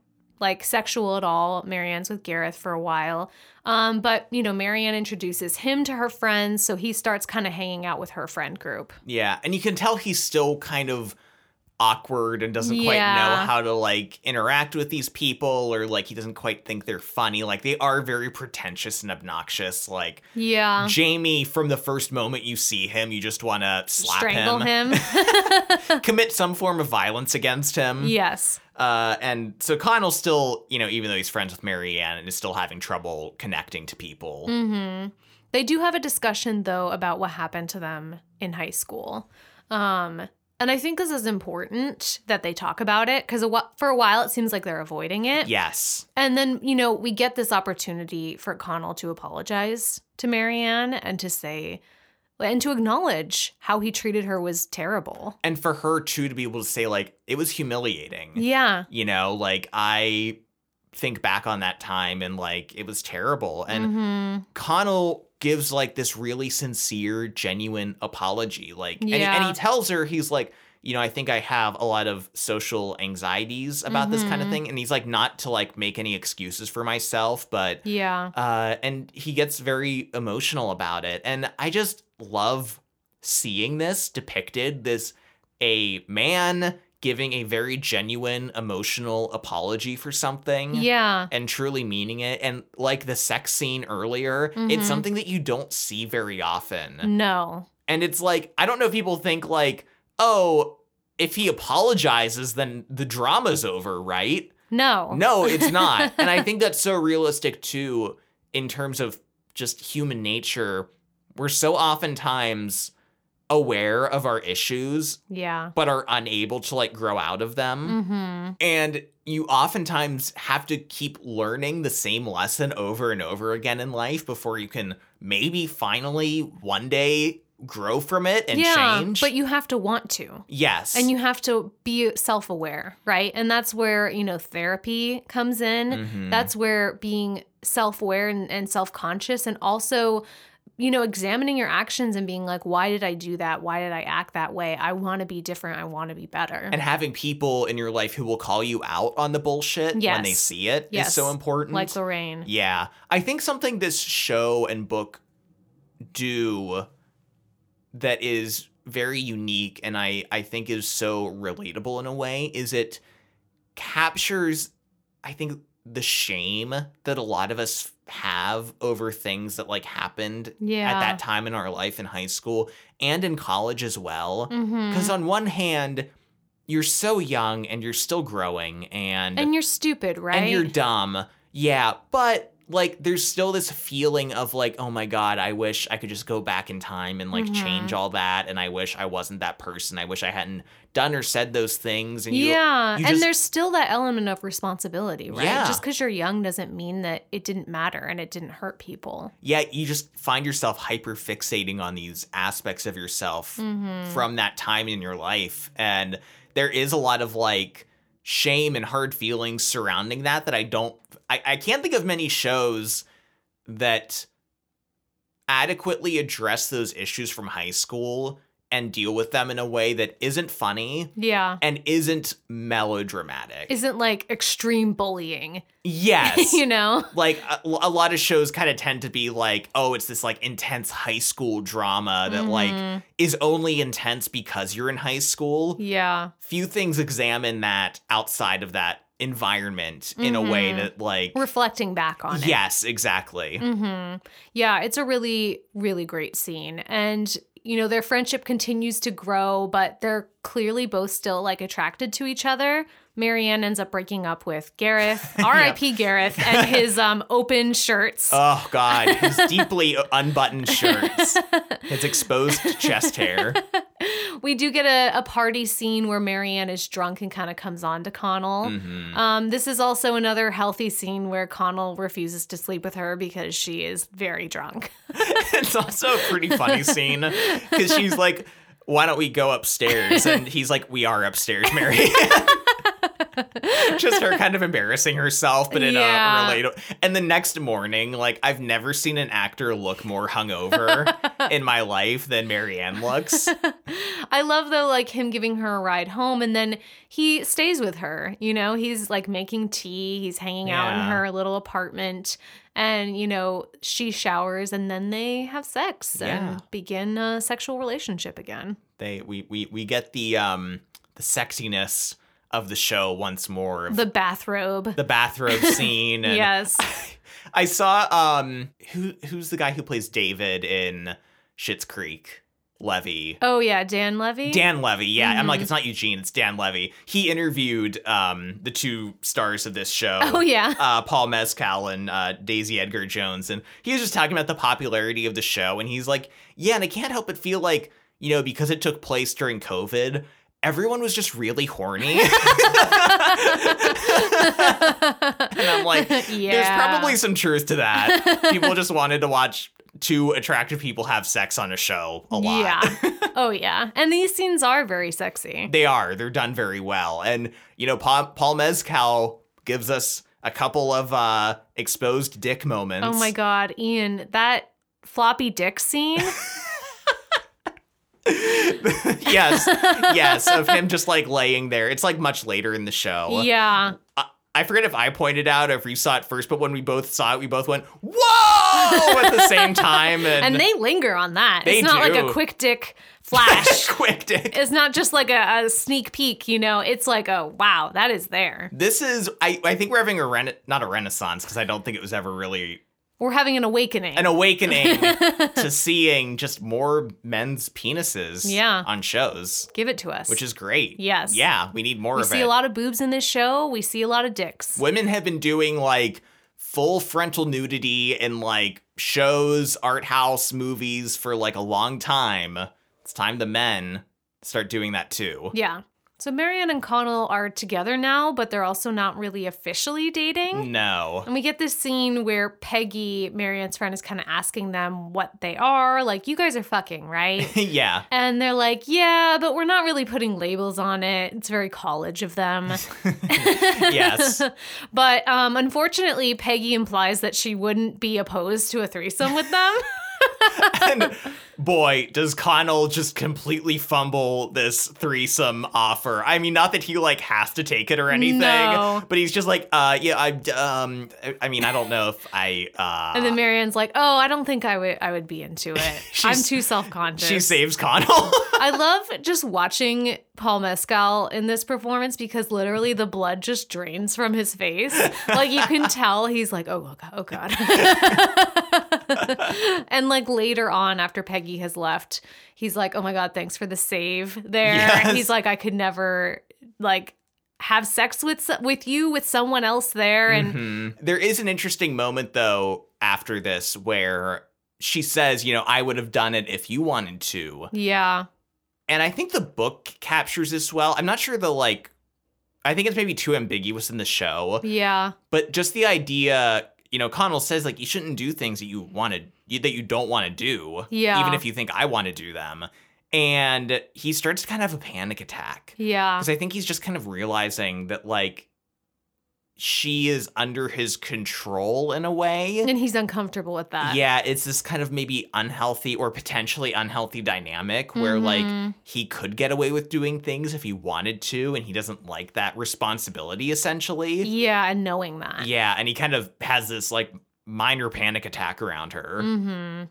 like sexual at all. Marianne's with Gareth for a while. Um, but, you know, Marianne introduces him to her friends. So he starts kind of hanging out with her friend group. Yeah, and you can tell he's still kind of awkward and doesn't quite Yeah. know how to like interact with these people or like he doesn't quite think they're funny. Like they are very pretentious and obnoxious. Like Yeah. Jamie from the first moment you see him, you just want to slap Strangle him, him. commit some form of violence against him. yes. Uh and so Connell still, you know, even though he's friends with Marianne, is still having trouble connecting to people. hmm They do have a discussion, though, about what happened to them in high school. Um, and I think this is important that they talk about it because for a while it seems like they're avoiding it. Yes. And then, you know, we get this opportunity for Connell to apologize to Marianne and to say, and to acknowledge how he treated her was terrible. And for her too to be able to say like it was humiliating. Yeah. you know like i think back on that time and like it was terrible and Mhm. connell gives like this really sincere genuine apology like and, he- and Yeah. he tells her he's like you know i think i have a lot of social anxieties about this kind of Mhm. thing and he's like not to like make any excuses for myself but Yeah. uh and he gets very emotional about it and i just love seeing this depicted this a man giving a very genuine emotional apology for something Yeah. and truly meaning it and like the sex scene earlier Mhm. it's something that you don't see very often Mm. No. and it's like i don't know if people think like oh if he apologizes then the drama's over right No. no, it's not. and I think that's so realistic too in terms of just human nature. We're so oftentimes aware of our issues Yeah. but are unable to like grow out of them. hmm And you oftentimes have to keep learning the same lesson over and over again in life before you can maybe finally one day grow from it and yeah, change. but you have to want to. yes. And you have to be self aware, right? And that's where, you know, therapy comes in. Mhm. That's where being self aware and, and self conscious and also, you know, examining your actions and being like, why did I do that? Why did I act that way? I want to be different. I want to be better. and having people in your life who will call you out on the bullshit when they Yes. see it is Yes. so important. like Lorraine. Yeah. I think something this show and book do that is very unique and I, I think is so relatable in a way is it captures, I think, the shame that a lot of us have over things that like happened Yeah. at that time in our life in high school and in college as well. Mhm. Because on one hand, you're so young and you're still growing and And you're stupid, right? and you're dumb. Yeah, but like there's still this feeling of like, oh my god, I wish I could just go back in time and like Mhm. change all that and I wish I wasn't that person. I wish I hadn't done or said those things and you yeah, you and just- there's still that element of responsibility, right? Yeah. Just because you're young doesn't mean that it didn't matter and it didn't hurt people. yeah, you just find yourself hyper fixating on these aspects of yourself Mm-hmm. from that time in your life and there is a lot of like shame and hard feelings surrounding that that i don't i, I can't think of many shows that adequately address those issues from high school and deal with them in a way that isn't funny yeah, and isn't melodramatic isn't like extreme bullying, yes you know? like a, a lot of shows kind of tend to be like oh it's this like intense high school drama Uh, that like Mhm. is only intense because you're in high school yeah, few things examine that outside of that environment in a way Mhm. that like reflecting back on it. yes exactly hmm Yeah, it's a really, really great scene. And, you know, their friendship continues to grow, but they're clearly both still like attracted to each other. Marianne ends up breaking up with Gareth, R.I.P. Gareth, and his um, open shirts. oh god his deeply unbuttoned shirts his exposed chest hair we do get a, a party scene where Marianne is drunk and kind of comes on to Connell. Mhm. Um, this is also another healthy scene where Connell refuses to sleep with her because she is very drunk. it's also a pretty funny scene because she's like why don't we go upstairs and he's like we are upstairs mary just her kind of embarrassing herself but in Yeah. a relatable and the next morning like i've never seen an actor look more hungover in my life than marianne looks I love though, like him giving her a ride home, and then he stays with her. You know, he's like making tea, he's hanging out in Yeah. her little apartment, and you know, she showers, and then they have sex Yeah. and begin a sexual relationship again. they we we, we get the um the sexiness of the show once more of The bathrobe. the bathrobe scene and yes. i saw um who who's the guy who plays david in Schitt's creek levy Oh yeah, Dan Levy. Dan Levy, yeah. I'm like, Mhm. it's not Eugene, it's Dan Levy. He interviewed um, the two stars of this show, Oh yeah. uh, Paul Mescal and uh, Daisy Edgar Jones. And he was just talking about the popularity of the show. And he's like, yeah, and I can't help but feel like, you know, because it took place during COVID, everyone was just really horny. and I'm like, yeah. there's probably some truth to that. people just wanted to watch two attractive people have sex on a show a lot. Yeah. Oh yeah. And these scenes are very sexy. They are. They're done very well. And, you know, Paul, Paul Mezcal gives us a couple of uh exposed dick moments. Oh my god, Ian, that floppy dick scene. yes. Yes. Of him just like laying there. It's like much later in the show. yeah. I forget if I pointed out or if you saw it first, but when we both saw it, we both went, whoa! at the same time. And, And they linger on that. They it's not like do. a quick dick flash. quick dick. it's not just like a, a sneak peek, you know. It's like a wow, that is there. This is, I, I think we're having a, rena- not a renaissance, because I don't think it was ever really We're having an awakening. an awakening to seeing just more men's penises Yeah. on shows, Give it to us. which is great. Yes. Yeah, we need more we of see it. a lot of boobs in this show. We see a lot of dicks. Women have been doing like full frontal nudity in like shows, art house, movies for like a long time. It's time the men start doing that too. Yeah. So Marianne and Connell are together now, but they're also not really officially dating. No. And we get this scene where Peggy, Marianne's friend, is kind of asking them what they are. Like, you guys are fucking, right? yeah. and they're like, yeah, but we're not really putting labels on it. It's very college of them. Yes. but um, unfortunately, Peggy implies that she wouldn't be opposed to a threesome with them. and boy, does Connell just completely fumble this threesome offer. I mean, not that he like has to take it or anything, No. but he's just like, uh, yeah, I, um, I- I mean, I don't know if I, uh, and then Marianne's like, oh, I don't think I would I would be into it. I'm She's- too self conscious. she saves Connell. I love just watching Paul Mescal in this performance because literally the blood just drains from his face. Like you can tell he's like, oh, oh god, oh god. and like later on, after Peggy has left, he's like, oh my god, thanks for the save there. Yes. He's like, I could never like have sex with so- with you with someone else there, and Mhm. There is an interesting moment though after this where she says, you know, I would have done it if you wanted to. yeah, And I think the book captures this well. I'm not sure the like I think it's maybe too ambiguous in the show. yeah, but just the idea you know connell says like you shouldn't do things that you want to you, that you don't want to do Yeah. even if you think i want to do them and he starts to kind of have a panic attack yeah, because i think he's just kind of realizing that like she is under his control in a way and he's uncomfortable with that. yeah it's this kind of maybe unhealthy or potentially unhealthy dynamic where like Mhm. he could get away with doing things if he wanted to and he doesn't like that responsibility essentially yeah, and knowing that, yeah, and he kind of has this like minor panic attack around her. hmm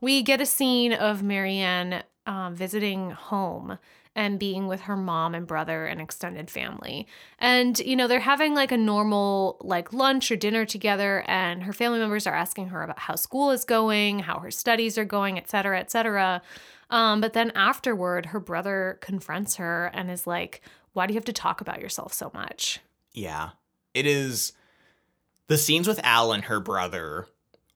We get a scene of Marianne um, visiting home and being with her mom and brother and extended family. And, you know, they're having like a normal like lunch or dinner together and her family members are asking her about how school is going, how her studies are going, et cetera, et cetera. Um, but then afterward, her brother confronts her and is like, why do you have to talk about yourself so much? Yeah. It is the scenes with Al and her brother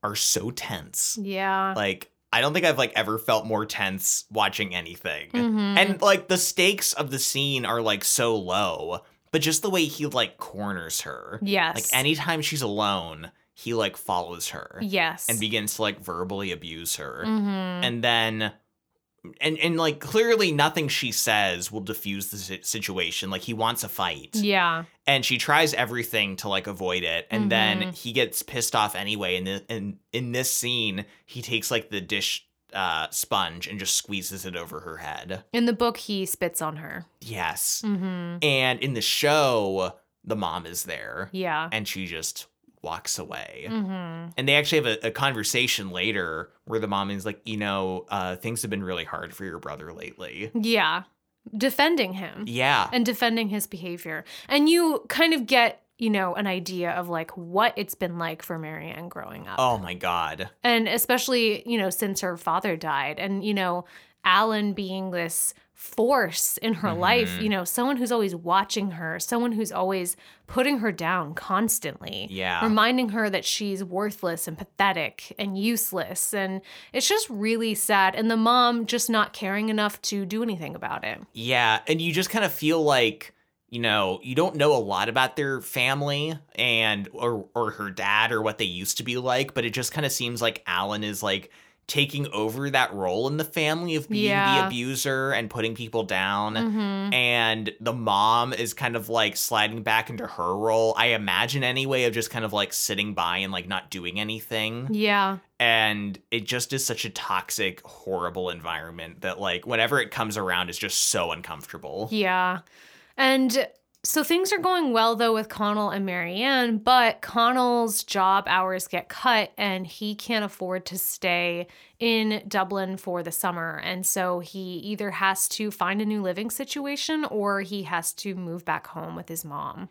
are so tense. Yeah. Like I don't think I've like ever felt more tense watching anything. Mhm. And like the stakes of the scene are like so low, but just the way he like corners her. yes. Like anytime she's alone, he like follows her yes. and begins to like verbally abuse her. Mhm. and then and and like clearly nothing she says will diffuse the si- situation like he wants a fight yeah. and she tries everything to like avoid it and Mm-hmm. then he gets pissed off anyway and in, in in this scene he takes like the dish uh sponge and just squeezes it over her head In the book, he spits on her. yes Mm-hmm. and in the show the mom is there Yeah. and she just walks away Mm-hmm. And they actually have a, a conversation later where the mom is like, you know, uh, things have been really hard for your brother lately. Yeah. Defending him Yeah. and defending his behavior. And you kind of get, you know, an idea of like what it's been like for Marianne growing up. Oh my God. And especially, you know, since her father died and, you know, Alan being this force in her life, Mhm. you know, someone who's always watching her, someone who's always putting her down constantly. Yeah. reminding her that she's worthless and pathetic and useless. And it's just really sad. And the mom just not caring enough to do anything about it. Yeah. And you just kind of feel like, you know, you don't know a lot about their family and or or her dad or what they used to be like, but it just kind of seems like Alan is like taking over that role in the family of being the Yeah. abuser and putting people down. Mm-hmm. and the mom is kind of like sliding back into her role i imagine anyway of just kind of like sitting by and like not doing anything Yeah. and it just is such a toxic horrible environment that like whenever it comes around is just so uncomfortable Yeah. And so things are going well though with Connell and Marianne, but Connell's job hours get cut and he can't afford to stay in Dublin for the summer. And so he either has to find a new living situation or he has to move back home with his mom.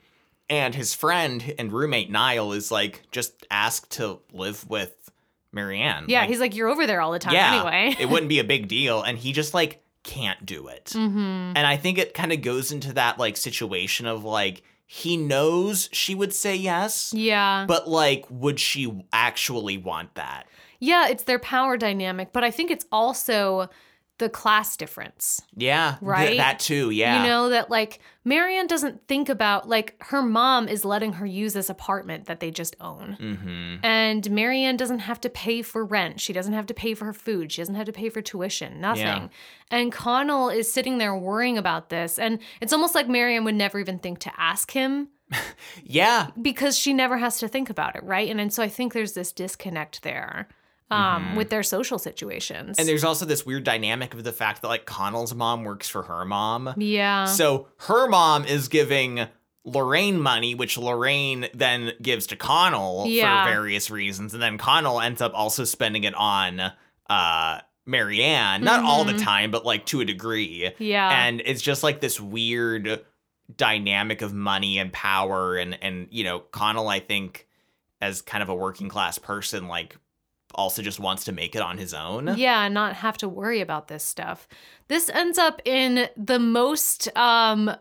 and his friend and roommate niall is like just asked to live with marianne Yeah, Like, he's like, you're over there all the time yeah anyway. it wouldn't be a big deal and he just like can't do it mm-hmm. And I think it kind of goes into that like situation of like he knows she would say yes, Yeah. but like would she actually want that? yeah, it's their power dynamic, but I think it's also the class difference. Yeah. th- Right? that too. Yeah. You know, that like Marianne doesn't think about, like, her mom is letting her use this apartment that they just own. Mm-hmm. And Marianne doesn't have to pay for rent. She doesn't have to pay for her food. She doesn't have to pay for tuition, nothing. Yeah. And Connell is sitting there worrying about this. And it's almost like Marianne would never even think to ask him Yeah. because she never has to think about it, right? And, and so I think there's this disconnect there um, with their social situations. Mm-hmm. And there's also this weird dynamic of the fact that like Connell's mom works for her Uh-huh. mom. yeah. So her mom is giving Lorraine money, which Lorraine then gives to Connell Yeah. for various reasons. And then Connell ends up also spending it on uh Marianne. Not all the Mhm. time, but like to a degree. yeah. and it's just like this weird dynamic of money and power and and you know connell i think as kind of a working class person like also just wants to make it on his own Yeah, not have to worry about this stuff. This ends up in the most um,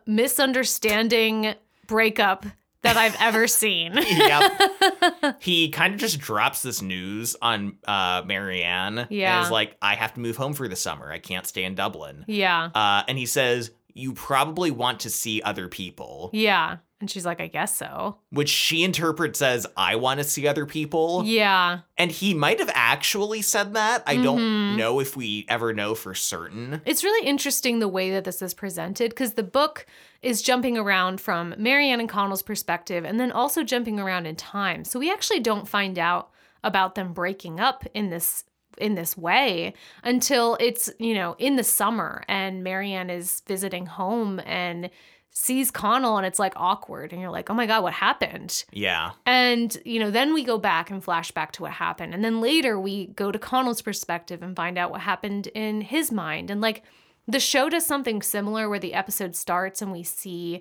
misunderstanding breakup that I've ever seen. Yep. he kind of just drops this news on uh marianne Yeah. and is like i have to move home for the summer i can't stay in dublin yeah. uh and he says you probably want to see other people Yeah. And she's like, I guess so. which she interprets as i want to see other people Yeah. And he might have actually said that. I don't Mhm. know if we ever know for certain. It's really interesting the way that this is presented because the book is jumping around from Marianne and Connell's perspective and then also jumping around in time. So we actually don't find out about them breaking up in this in this way until it's, you know, in the summer and Marianne is visiting home and sees Connell and it's like awkward and you're like, "Oh my god, what happened?" Yeah. And, you know, then we go back and flash back to what happened. And then later we go to Connell's perspective and find out what happened in his mind. And like the show does something similar where the episode starts and we see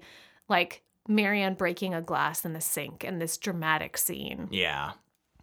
like Marianne breaking a glass in the sink and this dramatic scene. Yeah.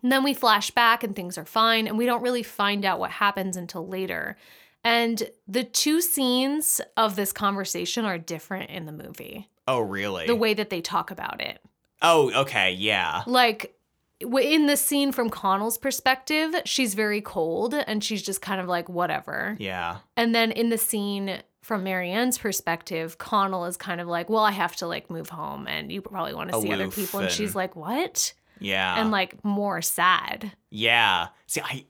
And then we flash back and things are fine, and we don't really find out what happens until later. And the two scenes of this conversation are different in the movie, Oh, really? the way that they talk about it. oh, okay. Yeah. Like w- in the scene from Connell's perspective, she's very cold and she's just kind of like, whatever. Yeah. And then in the scene from Marianne's perspective, Connell is kind of like, well, I have to like move home and you probably want to see other Aloof people. And and- she's like, what? Yeah. and like more sad. yeah. See, I,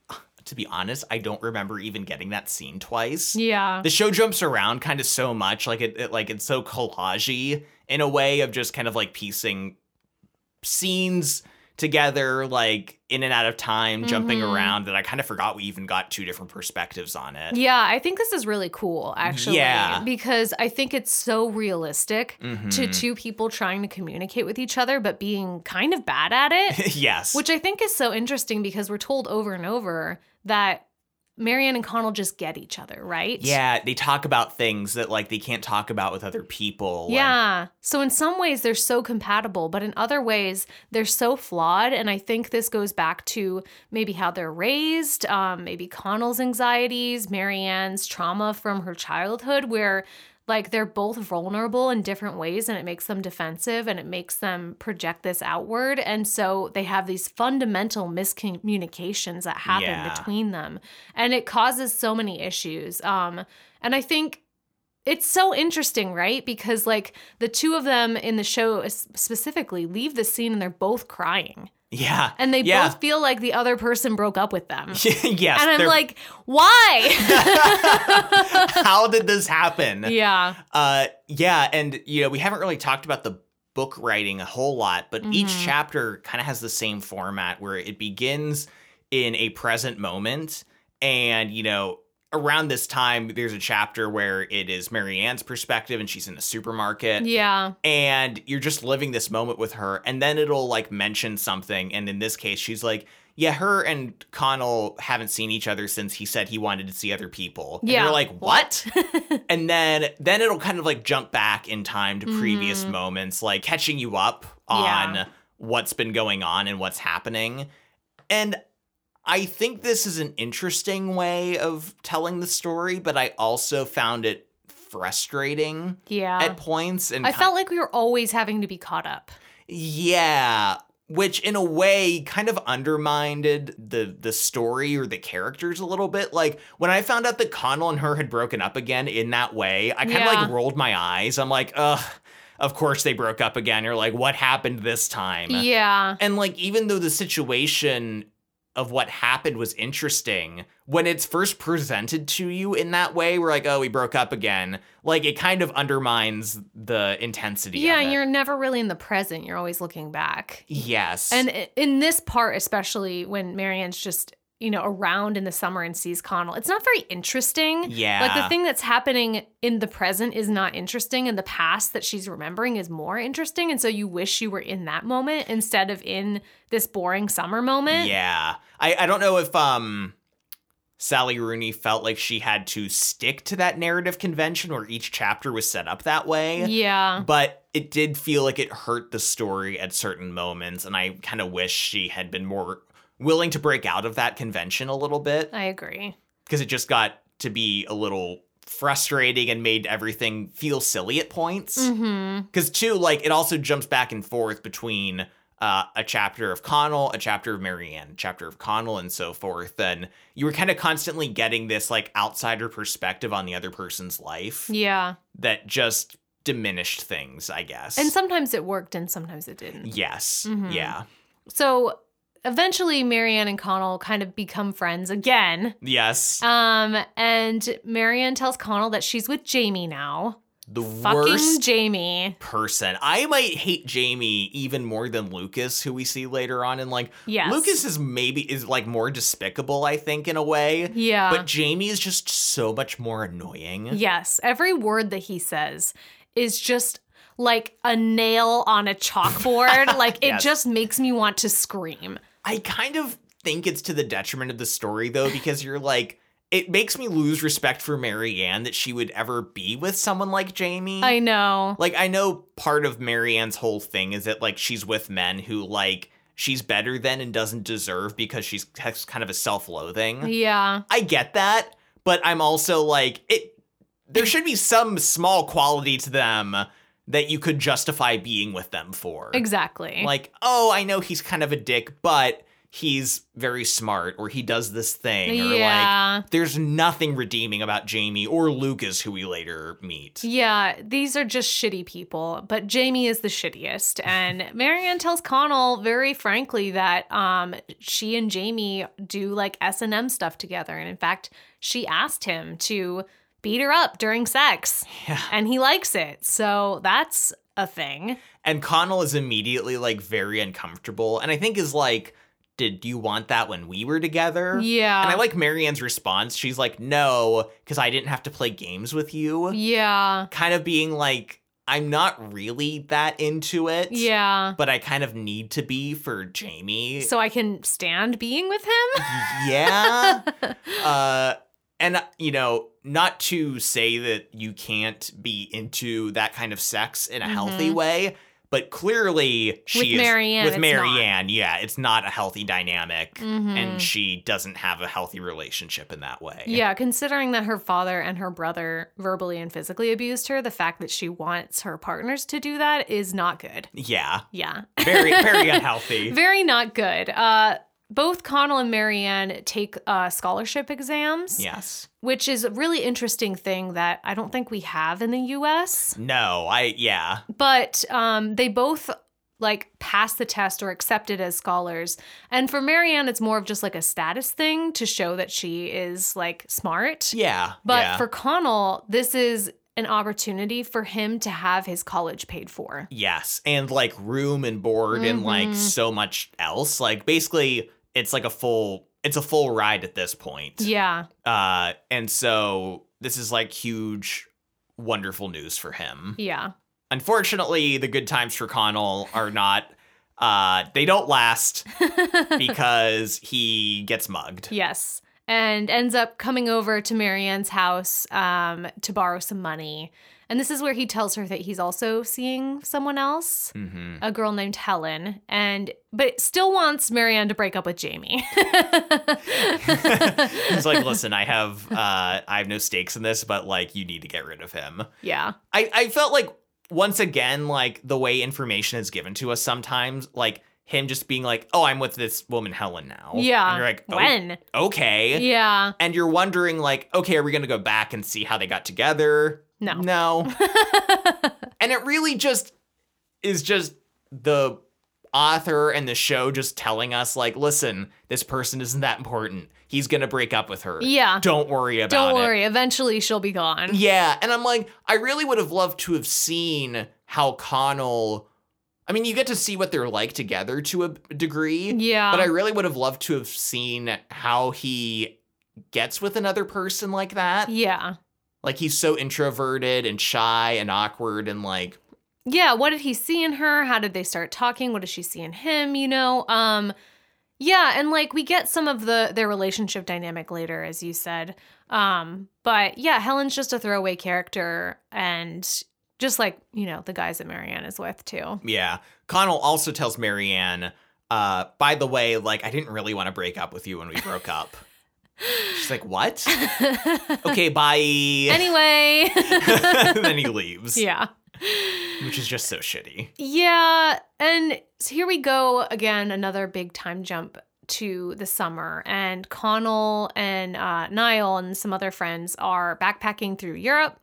to be honest, I don't remember even getting that scene twice. Yeah. The show jumps around kind of so much, like it, it like it's so collagey in a way of just kind of like piecing scenes together, like in and out of time, jumping Mhm. around. That I kind of forgot we even got two different perspectives on it. Yeah, I think this is really cool, actually. Mm-hmm. Yeah. Because I think it's so realistic to Mhm. two people trying to communicate with each other, but being kind of bad at it, yes. which I think is so interesting because we're told over and over that Marianne and Connell just get each other, right? Yeah, they talk about things that like they can't talk about with other people. and- Yeah. So in some ways they're so compatible, but in other ways they're so flawed. And I think this goes back to maybe how they're raised, um, maybe Connell's anxieties, Marianne's trauma from her childhood, where like they're both vulnerable in different ways and it makes them defensive and it makes them project this outward. And so they have these fundamental miscommunications that happen Yeah. between them. And it causes so many issues. Um, and I think it's so interesting, right? Because like the two of them in the show s- specifically leave the scene and they're both crying. yeah, And they Yeah. both feel like the other person broke up with them. yes. and I'm they're- like, why? how did this happen? yeah. Uh, yeah, and you know we haven't really talked about the book writing a whole lot, but each Mhm. chapter kind of has the same format where it begins in a present moment, and you know around this time there's a chapter where it is Marianne's perspective and she's in a supermarket Yeah. and you're just living this moment with her and then it'll like mention something and in this case she's like yeah her and connell haven't seen each other since he said he wanted to see other people and Yeah. you're like what and then then it'll kind of like jump back in time to previous Mhm. moments like catching you up on Yeah. what's been going on and what's happening and I think this is an interesting way of telling the story, but I also found it frustrating Yeah. at points. And I ki- felt like we were always having to be caught up. yeah. which in a way kind of undermined the the story or the characters a little bit. Like when I found out that Connell and her had broken up again in that way, I kind of Yeah. like rolled my eyes. I'm like, ugh, of course they broke up again. You're like, what happened this time? Yeah. And like, even though the situation of what happened was interesting, when it's first presented to you in that way, we're like, oh, we broke up again. Like, it kind of undermines the intensity. Yeah, of it. you're never really in the present. You're always looking back. Yes. And i- in this part, especially when Marianne's just, you know, around in the summer and sees Connell, it's not very interesting. yeah. Like the thing that's happening in the present is not interesting, and the past that she's remembering is more interesting. And so you wish you were in that moment instead of in this boring summer moment. Yeah. I, I don't know if um Sally Rooney felt like she had to stick to that narrative convention where each chapter was set up that way. Yeah. But it did feel like it hurt the story at certain moments, and I kind of wish she had been more willing to break out of that convention a little bit I agree. because it just got to be a little frustrating and made everything feel silly at points. hmm Because too, like it also jumps back and forth between uh, a chapter of Connell, a chapter of Marianne, a chapter of Connell, and so forth. And you were kind of constantly getting this like outsider perspective on the other person's life Yeah. that just diminished things, I guess. And sometimes it worked and sometimes it didn't. yes, Mhm. yeah, So eventually, Marianne and Connell kind of become friends again. yes. Um, and Marianne tells Connell that she's with Jamie now. the Fucking worst Jamie. person. I might hate Jamie even more than Lucas, who we see later on. And like Yes. Lucas is maybe is like more despicable, I think, in a way. Yeah. But Jamie is just so much more annoying. yes. Every word that he says is just like a nail on a chalkboard. like it Yes. Mm-hmm. just makes me want to scream. I kind of think it's to the detriment of the story though, because you're like, it makes me lose respect for Marianne that she would ever be with someone like Jamie. I know. like I know part of Marianne's whole thing is that like she's with men who like she's better than and doesn't deserve because she's has kind of a self-loathing. Yeah. I get that, but I'm also like it there should be some small quality to them that you could justify being with them for. Exactly. Like, oh, I know he's kind of a dick, but he's very smart or he does this thing or like yeah. there's nothing redeeming about Jamie or Lucas who we later meet. Yeah, these are just shitty people, but Jamie is the shittiest. And Marianne tells Connell very frankly that um, she and Jamie do like S and M stuff together, and in fact, she asked him to beat her up during sex, Yeah. and he likes it. So that's a thing. And Connell is immediately like very uncomfortable and I think is like did you want that when we were together? Yeah. And I like Marianne's response. She's like, no, because I didn't have to play games with you. yeah. Kind of being like, I'm not really that into it. Yeah. But I kind of need to be for Jamie. So I can stand being with him? yeah. Uh, and, you know, not to say that you can't be into that kind of sex in a healthy Mhm. way, but clearly she is. Marianne, with it's Marianne, yeah, it's not a healthy dynamic. Mhm. And she doesn't have a healthy relationship in that way. Yeah, considering that her father and her brother verbally and physically abused her, the fact that she wants her partners to do that is not good. Yeah. Yeah. Very, very unhealthy. Very not good. Uh both Connell and Marianne take uh, scholarship exams, Yes. which is a really interesting thing that I don't think we have in the US. No, I, yeah. but um, they both like pass the test or accepted as scholars. And for Marianne, it's more of just like a status thing to show that she is like smart. Yeah. But yeah. for Connell, this is an opportunity for him to have his college paid for. Yes. And like room and board and like Mhm. so much else. Like basically it's like a full it's a full ride at this point. Yeah. Uh and so this is like huge wonderful news for him. Yeah. Unfortunately, the good times for Connell are not uh they don't last because he gets mugged. yes. And ends up coming over to Marianne's house um, to borrow some money. And this is where he tells her that he's also seeing someone else. Mhm. a girl named Helen, and but still wants Marianne to break up with Jamie. He's like, listen, I have uh I have no stakes in this, but like you need to get rid of him. yeah, I, I felt like once again, like the way information is given to us sometimes, like him just being like, "Oh, I'm with this woman Helen now." Yeah. and you're like, oh, when? okay," Yeah. and you're wondering like, "Okay, are we gonna go back and see how they got together?" No. no, and it really just is just the author and the show just telling us like, "Listen, this person isn't that important. He's gonna break up with her. yeah. Don't worry about Don't it." worry. Eventually she'll be gone. Yeah, and I'm like, I really would have loved to have seen how Connell. I mean, you get to see what they're like together to a degree, Yeah. but I really would have loved to have seen how he gets with another person like that. yeah. Like he's so introverted and shy and awkward and like, Yeah. What did he see in her? How did they start talking? What does she see in him? You know? Um, yeah, and like we get some of the their relationship dynamic later, as you said. Um, but yeah, Helen's just a throwaway character and just like, you know, the guys that Marianne is with too. yeah. Connell also tells Marianne, uh, by the way, like I didn't really want to break up with you when we broke up. She's like, what? Okay, bye. anyway. then he leaves, yeah. which is just so shitty. Yeah. And so here we go again, another big time jump to the summer. And Connell and uh, Niall and some other friends are backpacking through Europe,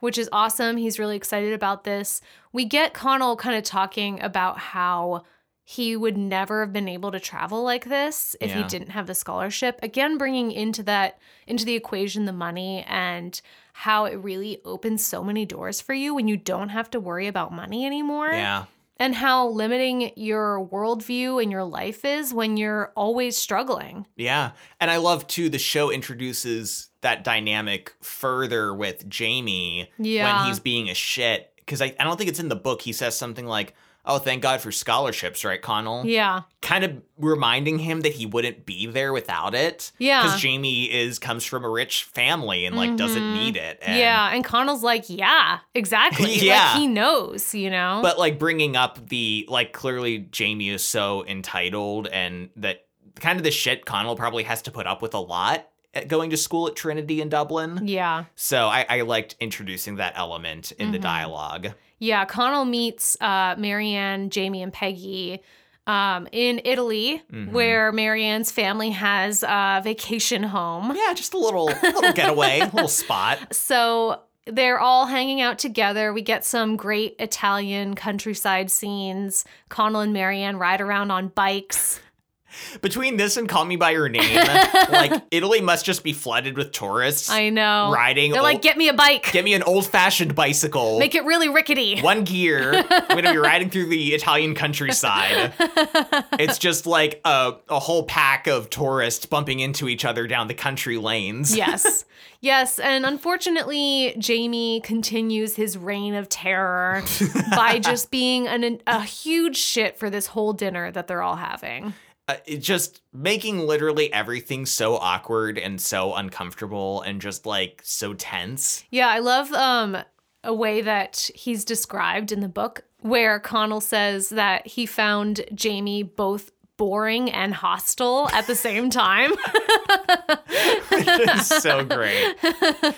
which is awesome. He's really excited about this. We get Connell kind of talking about how he would never have been able to travel like this if he Yeah. didn't have the scholarship. Again, bringing into that into the equation the money and how it really opens so many doors for you when you don't have to worry about money anymore Yeah. and how limiting your worldview and your life is when you're always struggling. Yeah. And I love too the show introduces that dynamic further with Jamie when he's being a shit. Because I, I don't think it's in the book. He says something like, Oh, thank God for scholarships, right, Connell? yeah. Kind of reminding him that he wouldn't be there without it. Yeah. Because Jamie is comes from a rich family and like doesn't Mhm. need it. And- yeah. And Connell's like, yeah, exactly. Yeah. Like he knows, you know? But like bringing up the like clearly Jamie is so entitled and that kind of the shit Connell probably has to put up with a lot at going to school at Trinity in Dublin. yeah. So I, I liked introducing that element in the Mhm. dialogue. Yeah. Connell meets uh, Marianne, Jamie, and Peggy um, in Italy, Mhm. where Marianne's family has a vacation home. Yeah, just a little little getaway, a little spot. So they're all hanging out together. We get some great Italian countryside scenes. Connell and Marianne ride around on bikes. Between this and Call Me by Your Name, like Italy must just be flooded with tourists I know. riding. They're like, old- get me a bike. get me an old fashioned bicycle, Make it really rickety. one gear. We're gonna be riding through the Italian countryside. It's just like a a whole pack of tourists bumping into each other down the country lanes. yes. Yes. And unfortunately, Jamie continues his reign of terror by just being an, a huge shit for this whole dinner that they're all having. uh, it just making literally everything so awkward and so uncomfortable and just like so tense. Yeah, I love um, a way that he's described in the book where Connell says that he found Jamie both boring and hostile at the same time. it's so great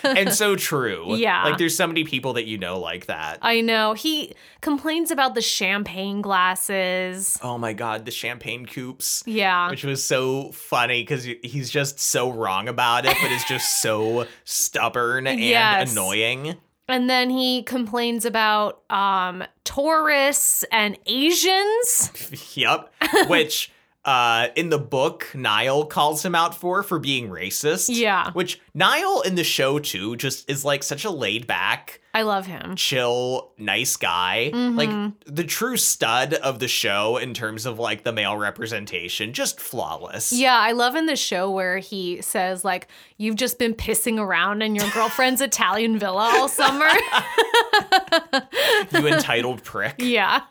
and so true. Yeah. like there's so many people that you know like that. I know. He complains about the champagne glasses. oh my god, the champagne coops. Yeah. Which was so funny because he's just so wrong about it, but is just so stubborn and Yes. annoying. And then he complains about um, tourists and Asians. yep. Which uh, in the book, Niall calls him out for for being racist. Yeah. Which Niall in the show too just is like such a laid back, I love him. chill, nice guy. Like Mhm. the true stud of the show in terms of like the male representation, just flawless. Yeah, I love in the show where he says, like, you've just been pissing around in your girlfriend's Italian villa all summer. You entitled prick. yeah.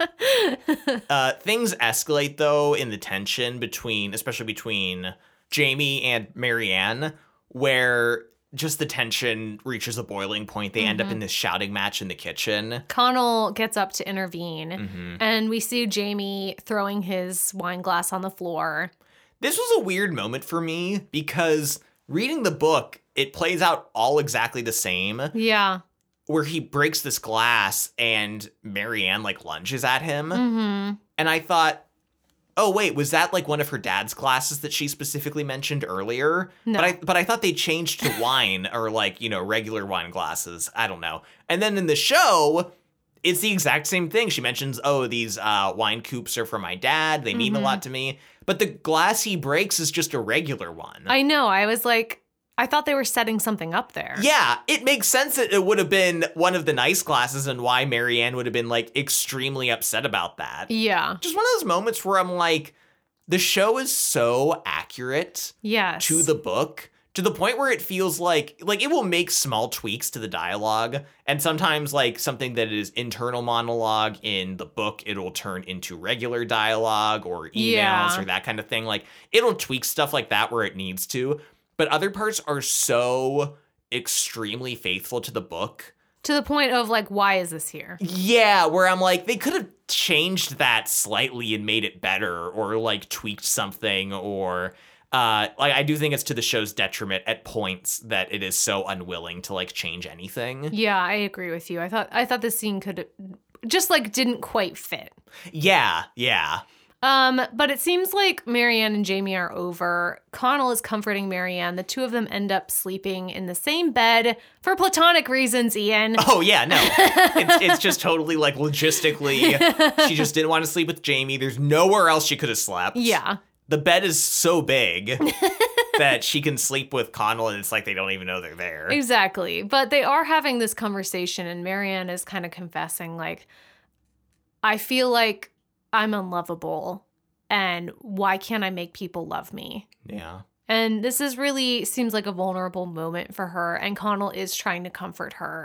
Uh, things escalate though in the tension between, especially between Jamie and Marianne, where just the tension reaches a boiling point. They end up in this shouting match in the kitchen. Connell gets up to intervene, Mhm. and we see Jamie throwing his wine glass on the floor. This was a weird moment for me because reading the book, it plays out all exactly the same. Yeah. Where he breaks this glass and Marianne like lunges at him, Mm-hmm. and I thought, Oh wait, was that like one of her dad's classes that she specifically mentioned earlier? No. But I but I thought they changed to wine or like, you know, regular wine glasses. I don't know. And then in the show, it's the exact same thing. She mentions, "Oh, these uh, wine coupes are for my dad. They mean a Mhm. lot to me." But the glass he breaks is just a regular one. I know. I was like, I thought they were setting something up there. Yeah, it makes sense that it would have been one of the nice glasses and why Marianne would have been like extremely upset about that. Yeah. Just one of those moments where I'm like, the show is so accurate Yes. to the book to the point where it feels like like it will make small tweaks to the dialogue and sometimes like something that is internal monologue in the book it'll turn into regular dialogue or emails Yeah. or that kind of thing like it'll tweak stuff like that where it needs to but other parts are so extremely faithful to the book to the point of like, why is this here? yeah where i'm like they could have changed that slightly and made it better or like tweaked something or uh like i do think it's to the show's detriment at points that it is so unwilling to like change anything Yeah, I agree with you. I thought I thought this scene could just like didn't quite fit. yeah yeah Um, but it seems like Marianne and Jamie are over. Connell is comforting Marianne. The two of them end up sleeping in the same bed for platonic reasons, Ian. oh yeah no it's, it's just totally like logistically she just didn't want to sleep with jamie there's nowhere else she could have slept yeah. the bed is so big that she can sleep with connell and it's like they don't even know they're there Exactly. But they are having this conversation, and Marianne is kind of confessing, like, I feel like I'm unlovable, and why can't I make people love me? yeah And this is really seems like a vulnerable moment for her, and Connell is trying to comfort her.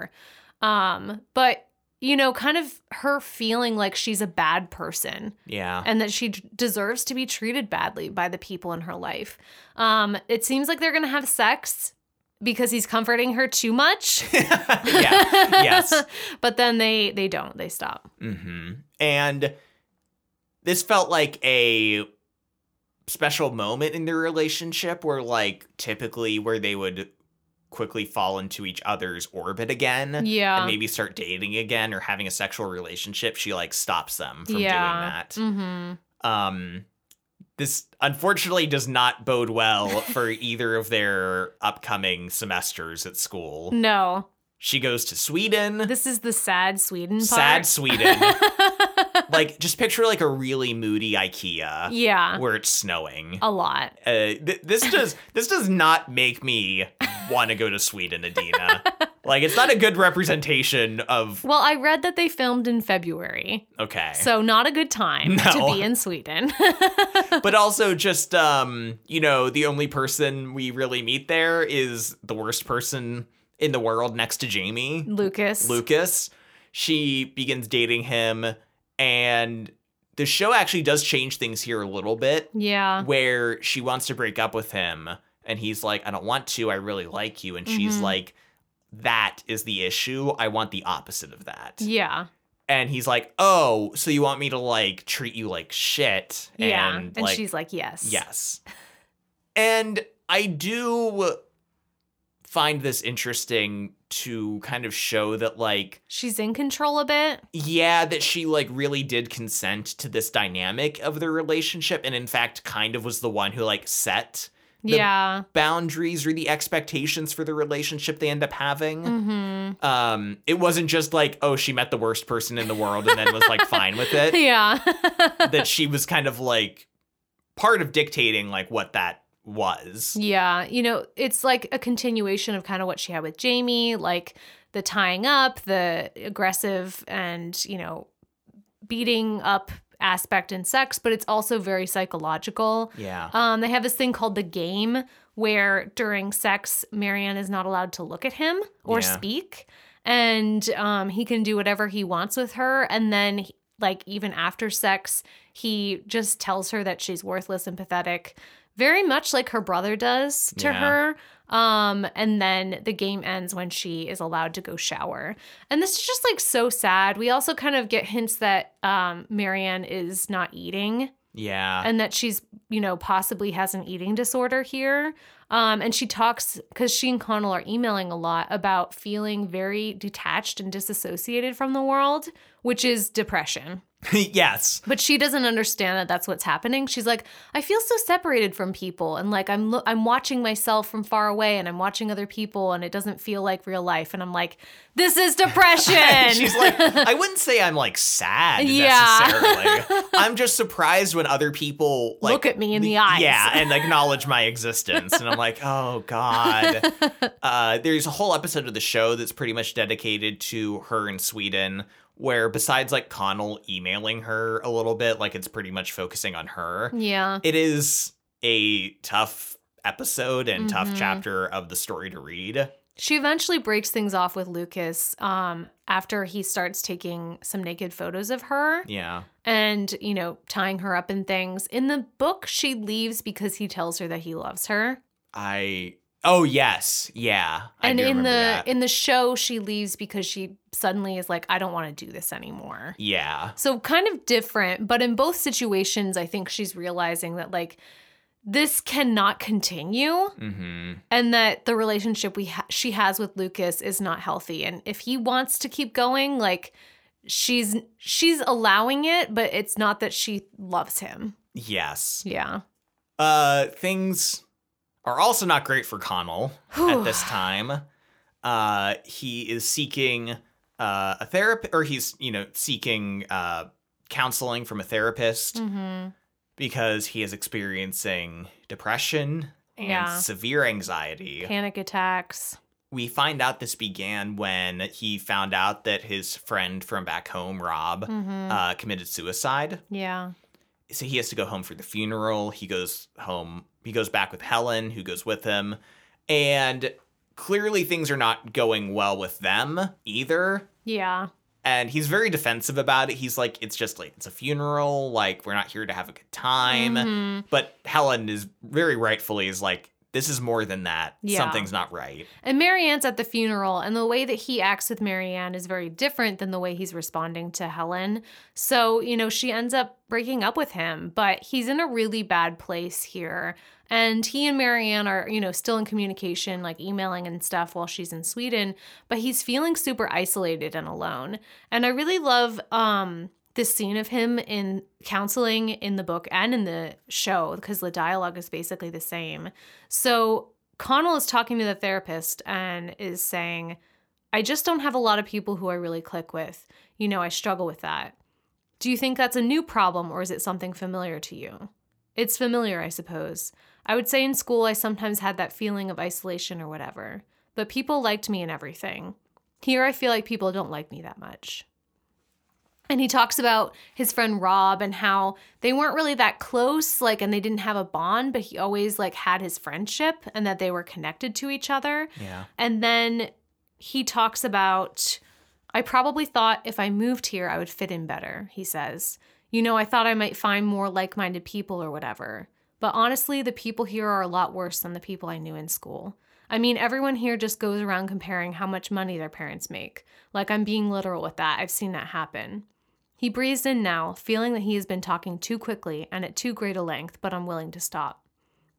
Um, but you know, kind of her feeling like she's a bad person yeah and that she d- deserves to be treated badly by the people in her life. Um, it seems like they're gonna have sex because he's comforting her too much. yeah yes. but then they they don't. They stop. hmm And this felt like a special moment in their relationship where, like, typically where they would quickly fall into each other's orbit again Yeah. and maybe start dating again or having a sexual relationship. She, like, stops them from yeah. doing Mm-hmm. that. Um, this unfortunately does not bode well for either of their upcoming semesters at school. No. She goes to Sweden. This is the sad Sweden Sad part. Sweden. like just picture like a really moody IKEA yeah. Oh. where it's snowing. A lot. Uh, th- this does this does not make me want to go to Sweden, Adina. like it's not a good representation of Well, I read that they filmed in February, okay, so not a good time No. to be in Sweden. but also just um you know the only person we really meet there is the worst person in the world next to Jamie. Lucas. Lucas. She begins dating him, and the show actually does change things here a little bit. Yeah. where she wants to break up with him and he's like i don't want to i really like you and she's Mhm. like that is the issue i want the opposite of that Yeah. and he's like oh so you want me to like treat you like shit Yeah. and, And, like she's like, yes. yes and i do find this interesting to kind of show that like She's in control a bit. yeah that she like really did consent to this dynamic of their relationship and in fact kind of was the one who like set The- yeah. boundaries or the expectations for the relationship they end up having. Mm-hmm. Um, it wasn't just like, oh, she met the worst person in the world and then was like fine with it. Yeah. That she was kind of like part of dictating like what that was. yeah. You know, it's like a continuation of kind of what she had with Jamie, like the tying up, the aggressive and, you know, beating up aspect in sex, but it's also very psychological. Yeah. Um, they have this thing called the game where during sex, Marianne is not allowed to look at him or Yeah. speak, and um, he can do whatever he wants with her. And then, he- like even after sex, he just tells her that she's worthless and pathetic, very much like her brother does to Yeah. her. Um, and then the game ends when she is allowed to go shower. And this is just like so sad. We also kind of get hints that um, Marianne is not eating Yeah. Uh, and that she's you know possibly has an eating disorder here Um, and she talks because she and Connell are emailing a lot about feeling very detached and disassociated from the world, which is depression. yes. But she doesn't understand that that's what's happening. She's like, I feel so separated from people, and like I'm lo- I'm watching myself from far away, and I'm watching other people, and it doesn't feel like real life. And I'm like, this is depression. She's like, I wouldn't say I'm like sad Yeah. necessarily. I'm just surprised when other people like Look at me in the eyes. Yeah, and acknowledge my existence. And I'm like, oh God. Uh, there's a whole episode of the show that's pretty much dedicated to her in Sweden, where besides like Connell emailing her a little bit, like it's pretty much focusing on her. yeah, It is a tough episode and tough Mhm. chapter of the story to read. she eventually breaks things off with Lucas um, after he starts taking some naked photos of her. Yeah. and you know tying her up in things in the book she leaves because he tells her that he loves her I oh yes, yeah. I and do in the remember that. in the show she leaves because she suddenly is like i don't want to do this anymore yeah, so kind of different but in both situations i think she's realizing that like this cannot continue mm-hmm. and that the relationship we ha- she has with Lucas is not healthy and if he wants to keep going like she's she's allowing it but it's not that she loves him yes. yeah Uh, things are also not great for Connell at this time. Uh, he is seeking uh, a therapist, or he's you know seeking uh, counseling from a therapist Mm-hmm. because he is experiencing depression and Yeah. severe anxiety. Panic attacks. we find out this began when he found out that his friend from back home, Rob, Mm-hmm. uh, committed suicide. yeah. So he has to go home for the funeral. He goes home. He goes back with Helen, who goes with him. And clearly, things are not going well with them either. Yeah. And he's very defensive about it. He's like, it's just like, it's a funeral. Like, we're not here to have a good time. Mhm. But Helen is very rightfully is like, this is more than that. Yeah. Something's not right. And Marianne's at the funeral, and the way that he acts with Marianne is very different than the way he's responding to Helen. So, you know, she ends up breaking up with him, but he's in a really bad place here. And he and Marianne are, you know, still in communication, like emailing and stuff while she's in Sweden, but he's feeling super isolated and alone. And I really love um this scene of him in counseling in the book and in the show because the dialogue is basically the same. So Connell is talking to the therapist and is saying, I just don't have a lot of people who I really click with. You know, I struggle with that. Do you think that's a new problem or is it something familiar to you? It's familiar, I suppose. I would say in school I sometimes had that feeling of isolation or whatever, but people liked me and everything. Here I feel like people don't like me that much. And he talks about his friend Rob and how they weren't really that close, like, and they didn't have a bond, but he always like had his friendship and that they were connected to each other. Yeah. And then he talks about I probably thought if I moved here, I would fit in better, he says. You know, I thought I might find more like minded people or whatever. But honestly, the people here are a lot worse than the people I knew in school. I mean, everyone here just goes around comparing how much money their parents make. Like, I'm being literal with that. I've seen that happen. He breathes in now, feeling that he has been talking too quickly and at too great a length, but unwilling to stop.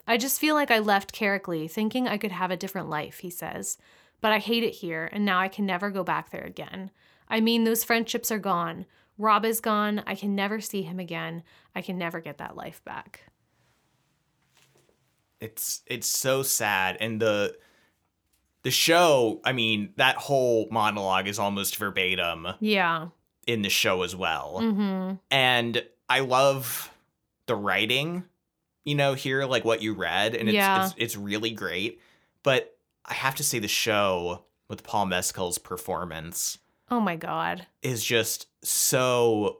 I just feel like I left Carrickley thinking I could have a different life, he says. But I hate it here, and now I can never go back there again. I mean, those friendships are gone. Rob is gone. I can never see him again. I can never get that life back. it's it's so sad and the the show i mean that whole monologue is almost verbatim Yeah. in the show as well Mm-hmm. and i love the writing you know here like what you read and it's, Yeah. it's it's really great but i have to say the show with paul mescal's performance Oh my God. is just so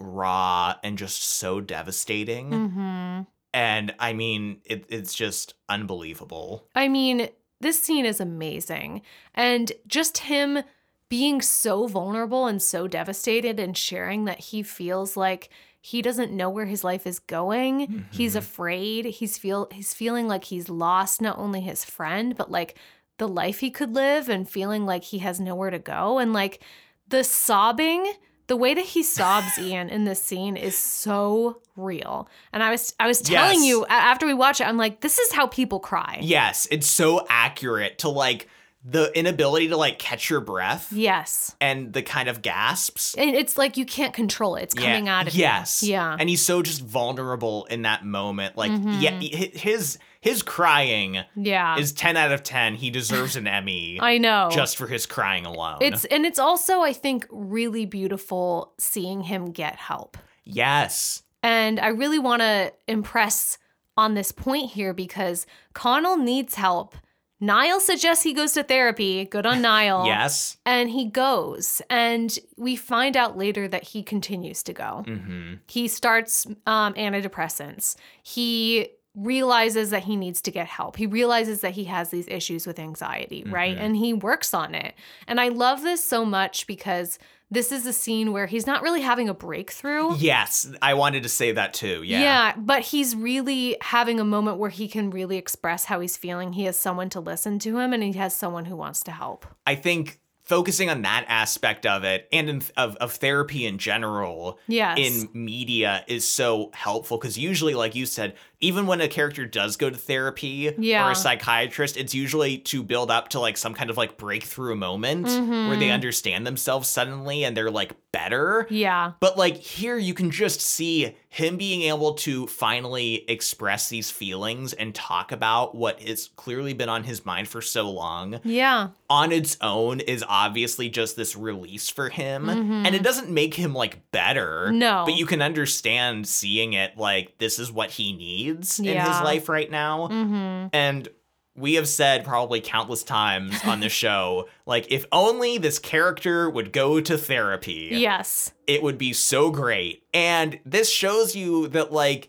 raw and just so devastating Mm-hmm. and i mean it, it's just unbelievable I mean, this scene is amazing. And just him being so vulnerable and so devastated and sharing that he feels like he doesn't know where his life is going. He's Mhm. afraid. He's feel he's feeling like he's lost not only his friend, but like the life he could live and feeling like he has nowhere to go and like the sobbing the way that he sobs Ian in this scene is so real. And I was I was telling Yes. you a- after we watch it, I'm like, this is how people cry. Yes, it's so accurate to like the inability to like catch your breath Yes. and the kind of gasps. And it's like you can't control it. It's Yeah, coming out of yes. you. Yeah. And he's so just vulnerable in that moment. Like Mhm. yeah, hi- his his crying yeah. is 10 out of 10. He deserves an Emmy I know. just for his crying alone. it's and it's also I think really beautiful seeing him get help. yes. And I really want to impress on this point here because Connell needs help. Niall suggests he goes to therapy. Good on Niall. Yes. And he goes. And we find out later that he continues to go. Mhm. He starts um, antidepressants. He realizes that he needs to get help. He realizes that he has these issues with anxiety, right? Mhm. And he works on it. And I love this so much because this is a scene where he's not really having a breakthrough. Yes, I wanted to say that too. Yeah. but he's really having a moment where he can really express how he's feeling. He has someone to listen to him and he has someone who wants to help. I think focusing on that aspect of it and in, of of therapy in general Yes. in media is so helpful because usually, like you said, even when a character does go to therapy or Yeah. a psychiatrist, it's usually to build up to like some kind of like breakthrough moment where they Mhm. understand themselves suddenly and they're like better. yeah. But like here, you can just see him being able to finally express these feelings and talk about what has clearly been on his mind for so long Yeah. on its own is obviously just this release for him Mhm. and it doesn't make him like better No. but you can understand seeing it like this is what he needs in his Yeah. life right now Mm-hmm. and we have said probably countless times on the show like if only this character would go to therapy Yes. it would be so great and this shows you that like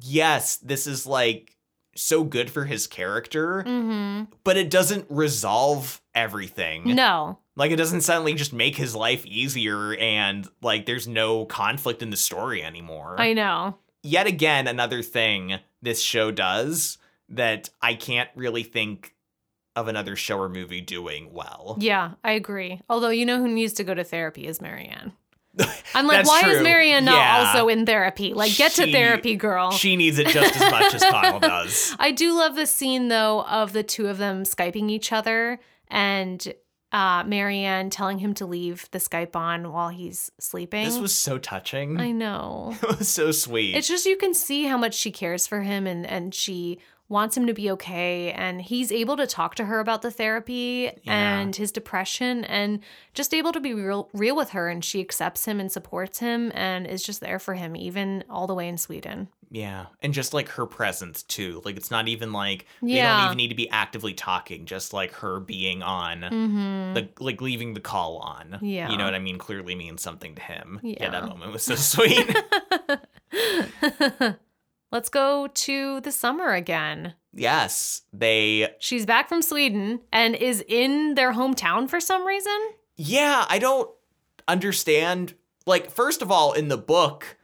yes this is like so good for his character hmm but it doesn't resolve everything No. like it doesn't suddenly just make his life easier and like there's no conflict in the story anymore. I know. Yet again another thing this show does that I can't really think of another show or movie doing well. Yeah, I agree. Although you know who needs to go to therapy is Marianne. I'm like, That's why is true. Marianne not Yeah. also in therapy? Like, get to She- therapy, girl. She needs it just as much as Connell does. I do love the scene though of the two of them skyping each other and uh, Marianne telling him to leave the Skype on while he's sleeping. This was so touching. I know. it was so sweet. It's just you can see how much she cares for him and and she wants him to be okay and he's able to talk to her about the therapy Yeah. and his depression and just able to be real real with her and she accepts him and supports him and is just there for him even all the way in Sweden. yeah. And just like her presence too. Like it's not even like we Yeah. don't even need to be actively talking, just like her being on Mhm. the like leaving the call on. Yeah. You know what I mean? Clearly means something to him. Yeah. Yeah. that moment was so sweet. Let's go to the summer again. yes. They She's back from Sweden and is in their hometown for some reason. Yeah, I don't understand. Like, first of all, in the book,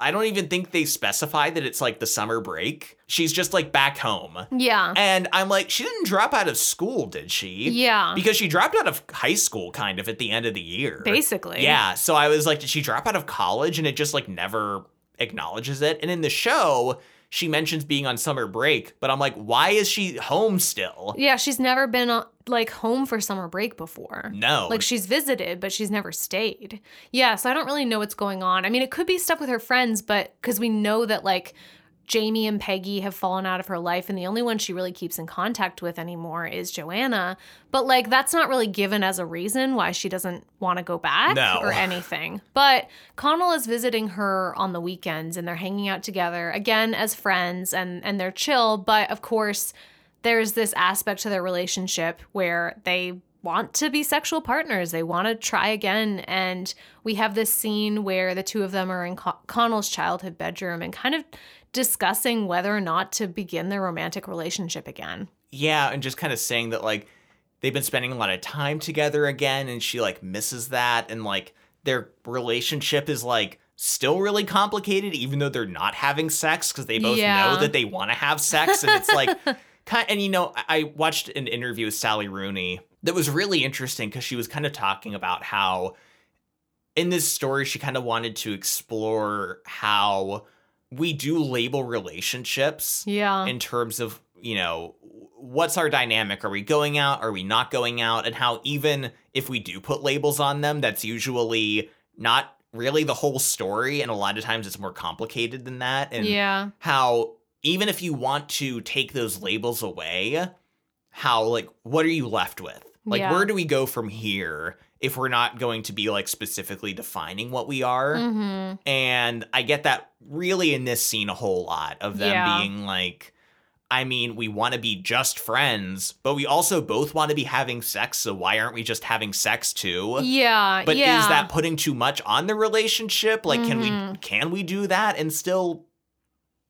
I don't even think they specify that it's like the summer break. She's just like back home. Yeah. And I'm like, she didn't drop out of school, did she? Yeah. Because she dropped out of high school kind of at the end of the year. Basically. Yeah. So I was like, did she drop out of college? And it just like never acknowledges it. And in the show, she mentions being on summer break, but I'm like, why is she home still? Yeah, she's never been uh, like home for summer break before. No. Like she's visited, but she's never stayed. Yeah, so I don't really know what's going on. I mean, it could be stuff with her friends, but because we know that like Jamie and Peggy have fallen out of her life, and the only one she really keeps in contact with anymore is Joanna. But like, that's not really given as a reason why she doesn't want to go back No. or anything. But Connell is visiting her on the weekends, and they're hanging out together again as friends, and and they're chill. But of course, there's this aspect to their relationship where they want to be sexual partners. They want to try again. And we have this scene where the two of them are in Con- Connell's childhood bedroom and kind of discussing whether or not to begin their romantic relationship again. yeah. And just kind of saying that like they've been spending a lot of time together again and she like misses that. And like their relationship is like, Still really complicated, even though they're not having sex because they both Yeah. know that they want to have sex, and it's like Ki- and you know, I I watched an interview with Sally Rooney that was really interesting because she was kind of talking about how in this story, she kind of wanted to explore how we do label relationships Yeah. in terms of, you know, what's our dynamic? Are we going out? Are we not going out? And how even if we do put labels on them, that's usually not really the whole story. And a lot of times it's more complicated than that. And yeah. how even if you want to take those labels away, how like what are you left with? Like Yeah. where do we go from here if we're not going to be like specifically defining what we are? hmm And I get that really in this scene a whole lot of them Yeah. being like I mean, we want to be just friends, but we also both want to be having sex, so why aren't we just having sex too? Yeah. But yeah. is that putting too much on the relationship? Like, can we Mhm. can we do that and still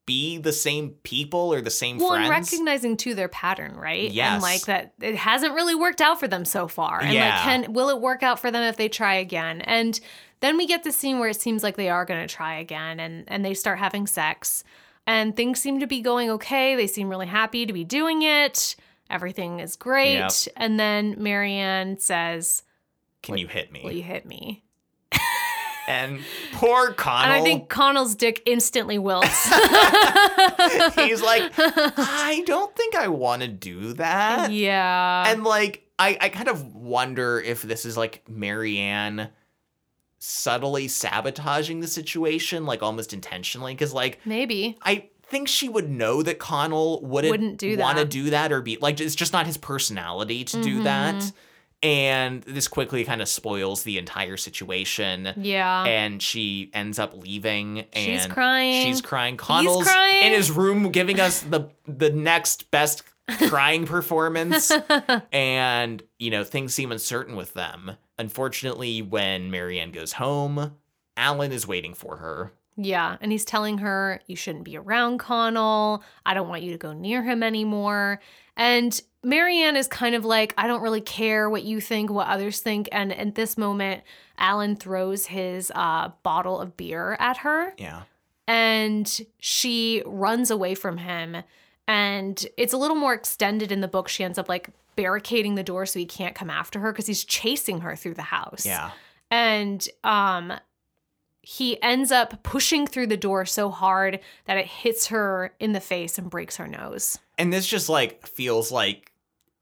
be the same people or the same well, and friends? recognizing too their pattern, right? Yes. And like that it hasn't really worked out for them so far. And Yeah. like can will it work out for them if they try again? And then we get the scene where it seems like they are gonna try again and, and they start having sex. And things seem to be going okay. They seem really happy to be doing it. Everything is great. Yep. And then Marianne says, can you hit me? Will you hit me? And poor Connell. And I think Connell's dick instantly wilts. he's like, I don't think I want to do that. yeah. And like, I I kind of wonder if this is like Marianne subtly sabotaging the situation, like almost intentionally, because like Maybe. I think she would know that Connell wouldn't, Wouldn't do want to that. do that or be like it's just not his personality to do that. Mhm. And this quickly kind of spoils the entire situation. Yeah. And she ends up leaving and She's crying. She's crying. Connell's crying. in his room giving us the the next best crying performance. and, you know, things seem uncertain with them. Unfortunately, when Marianne goes home, Alan is waiting for her. Yeah, and he's telling her, You shouldn't be around Connell. I don't want you to go near him anymore. And Marianne is kind of like, I don't really care what you think, what others think. And at this moment, Alan throws his uh, bottle of beer at her Yeah. and she runs away from him. And it's a little more extended in the book. She ends up like barricading the door so he can't come after her because he's chasing her through the house Yeah. and um he ends up pushing through the door so hard that it hits her in the face and breaks her nose. And this just like feels like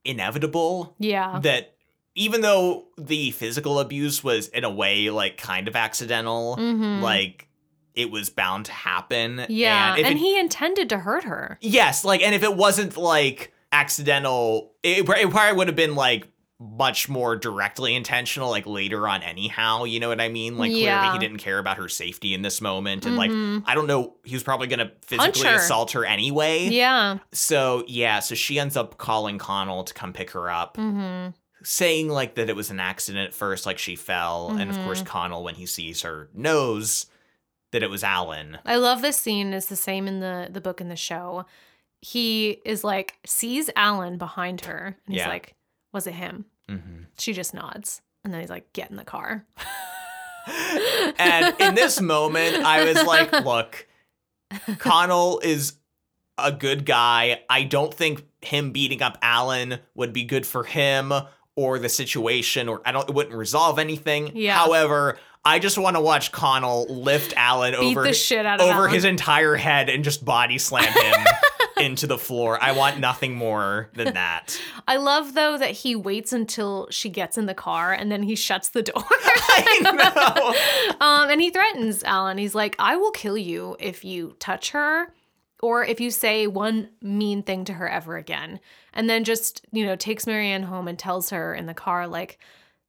inevitable Yeah. that even though the physical abuse was in a way like kind of accidental, Mhm. like it was bound to happen. yeah. And, if And it- he intended to hurt her. Yes, like and if it wasn't like accidental, it, it probably would have been like much more directly intentional like later on anyhow, you know what I mean? Like Yeah. clearly he didn't care about her safety in this moment and like Mhm. I don't know, he was probably going to physically her. assault her anyway. yeah. So yeah, so she ends up calling Connell to come pick her up, hmm saying like that it was an accident at first, like she fell, and of Mm-hmm. course Connell, when he sees her, knows that it was Alan. I love this scene. It's the same in the the book and the show. He is like sees Alan behind her and he's Yeah. like, "Was it him?" hmm She just nods, and then he's like, "Get in the car." And in this moment, I was like, look, Connell is a good guy. I don't think him beating up Alan would be good for him or the situation, or I don't, it wouldn't resolve anything. Yeah. However, I just want to watch Connell lift Alan beat over the shit out of over Alan. his entire head and just body slam him into the floor. I want nothing more than that. I love though that he waits until she gets in the car and then he shuts the door. I know. um, and he threatens Alan. He's like, "I will kill you if you touch her." Or if you say one mean thing to her ever again, and then just, you know, takes Marianne home and tells her in the car, like,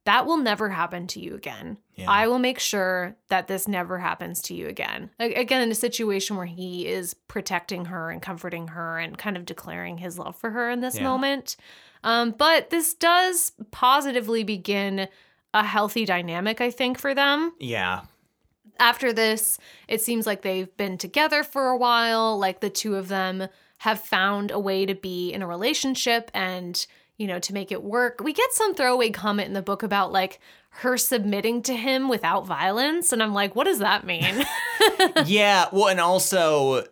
that will never happen to you again. Yeah. I will make sure that this never happens to you again. A- Again, in a situation where he is protecting her and comforting her and kind of declaring his love for her in this Yeah. moment. Um, but this does positively begin a healthy dynamic, I think, for them. Yeah. After this, it seems like they've been together for a while, like the two of them have found a way to be in a relationship and, you know, to make it work. We get some throwaway comment in the book about like her submitting to him without violence. And I'm like, what does that mean? yeah. Well, and also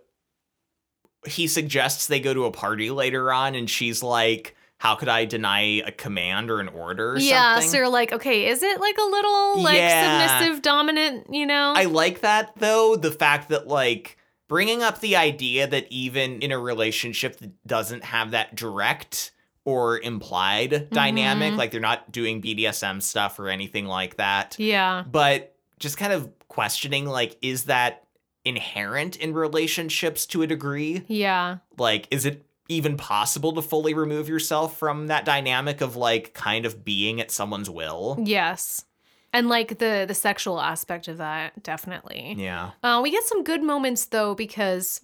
he suggests they go to a party later on, and she's like, how could I deny a command or an order or yeah, something? so you're like, okay, is it like a little like Yeah. submissive, dominant? You know, I like that though, the fact that like bringing up the idea that even in a relationship that doesn't have that direct or implied dynamic, Mhm. like they're not doing BDSM stuff or anything like that, yeah. but just kind of questioning like is that inherent in relationships to a degree? Yeah. like is it even possible to fully remove yourself from that dynamic of like kind of being at someone's will Yes. And like the the sexual aspect of that, definitely. yeah Uh, we get some good moments though because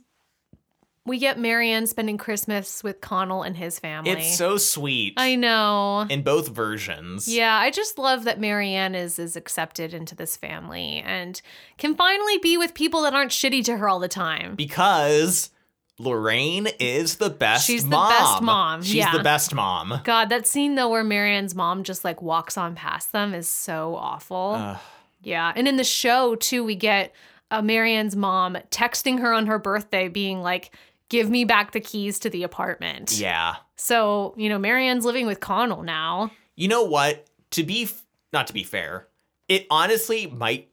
we get Marianne spending Christmas with Connell and his family. it's so sweet I know. in both versions Yeah, I just love that Marianne is is accepted into this family and can finally be with people that aren't shitty to her all the time. because lorraine is the best She's the mom best mom, she's yeah. the best mom God, that scene though where Marianne's mom just like walks on past them is so awful. Ugh. Yeah. And in the show, too, we get uh, Marianne's mom texting her on her birthday, being like, give me back the keys to the apartment. yeah So, you know, Marianne's living with Connell now. you know what to be f- not to be fair it honestly might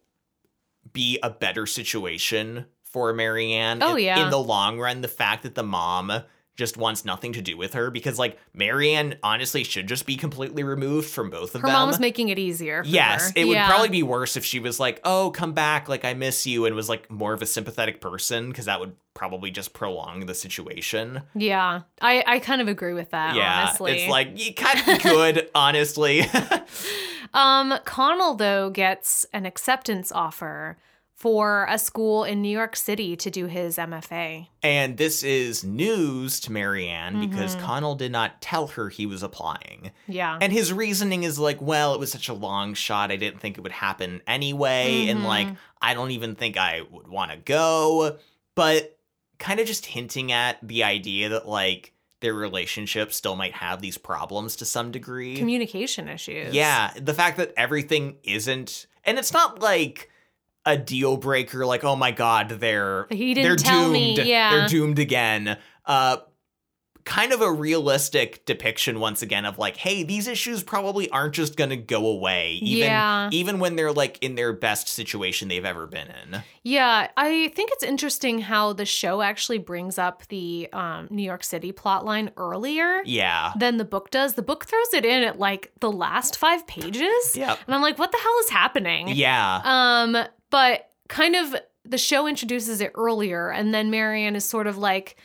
be a better situation for marianne Oh, in, yeah. in the long run the fact that the mom just wants nothing to do with her because like marianne honestly should just be completely removed from both of Her them mom's making it easier. For yes her. it would Yeah. probably be worse if she was like oh come back like i miss you and was like more of a sympathetic person because that would probably just prolong the situation Yeah. I, I kind of agree with that, yeah honestly. it's like you kind of could honestly Um, Connell, though, gets an acceptance offer for a school in New York City to do his MFA. And this is news to Marianne because Mhm. Connell did not tell her he was applying. Yeah. And his reasoning is like, well, it was such a long shot. I didn't think it would happen anyway. And Mhm. like, I don't even think I would want to go. But kind of just hinting at the idea that like their relationship still might have these problems to some degree. Communication issues. Yeah, the fact that everything isn't, and it's not like a deal breaker. Like, oh my god, they're He didn't they're tell doomed. me. Yeah. they're doomed again. Uh, kind of a realistic depiction once again of like, hey, these issues probably aren't just gonna go away. Even, Yeah. Even when they're like in their best situation they've ever been in. Yeah, I think it's interesting how the show actually brings up the um, New York City plotline earlier Yeah. than the book does. The book throws it in at like the last five pages, Yep. and I'm like, what the hell is happening? Yeah. Um, but kind of the show introduces it earlier, and then Marianne is sort of like,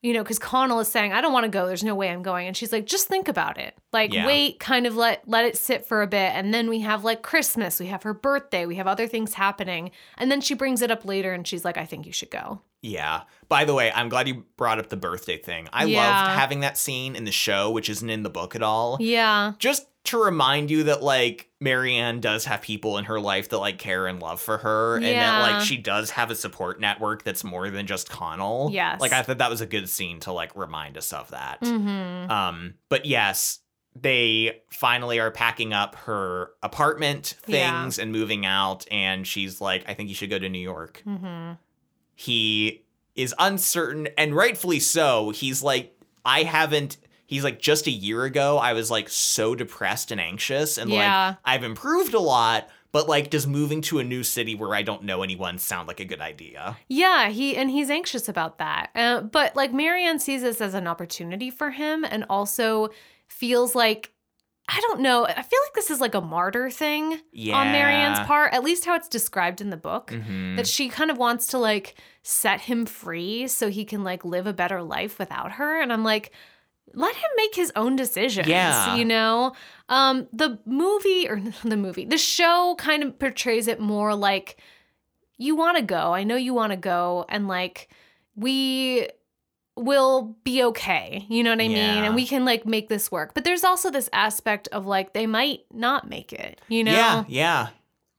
you know, because Connell is saying, I don't want to go. There's no way I'm going. And she's like, just think about it. Like, Yeah. wait, kind of let let it sit for a bit. And then we have like Christmas, we have her birthday, we have other things happening. And then she brings it up later and she's like, I think you should go. Yeah. By the way, I'm glad you brought up the birthday thing. I Yeah. loved having that scene in the show, which isn't in the book at all. Yeah. just to remind you that like Marianne does have people in her life that like care and love for her, and that Yeah. like she does have a support network that's more than just Connell. Yes. like I thought that was a good scene to like remind us of that. Mm-hmm. Um, but yes, they finally are packing up her apartment Yeah. things and moving out, and she's like, "I think you should go to New York." Mm-hmm. he is uncertain and rightfully so he's like i haven't he's like just a year ago i was like so depressed and anxious and Yeah. like i've improved a lot but like does moving to a new city where i don't know anyone sound like a good idea Yeah, he and he's anxious about that. Uh, but like Marianne sees this as an opportunity for him, and also feels like I don't know. I feel like this is like a martyr thing yeah on Marianne's part, at least how it's described in the book. Mhm. That she kind of wants to like set him free so he can like live a better life without her. And I'm like, let him make his own decisions. Yeah. You know? Um, the movie or the movie, the show kind of portrays it more like you want to go. I know you want to go. And like, we will be okay. You know what I mean? Yeah. And we can like make this work. But there's also this aspect of like, they might not make it, you know? yeah yeah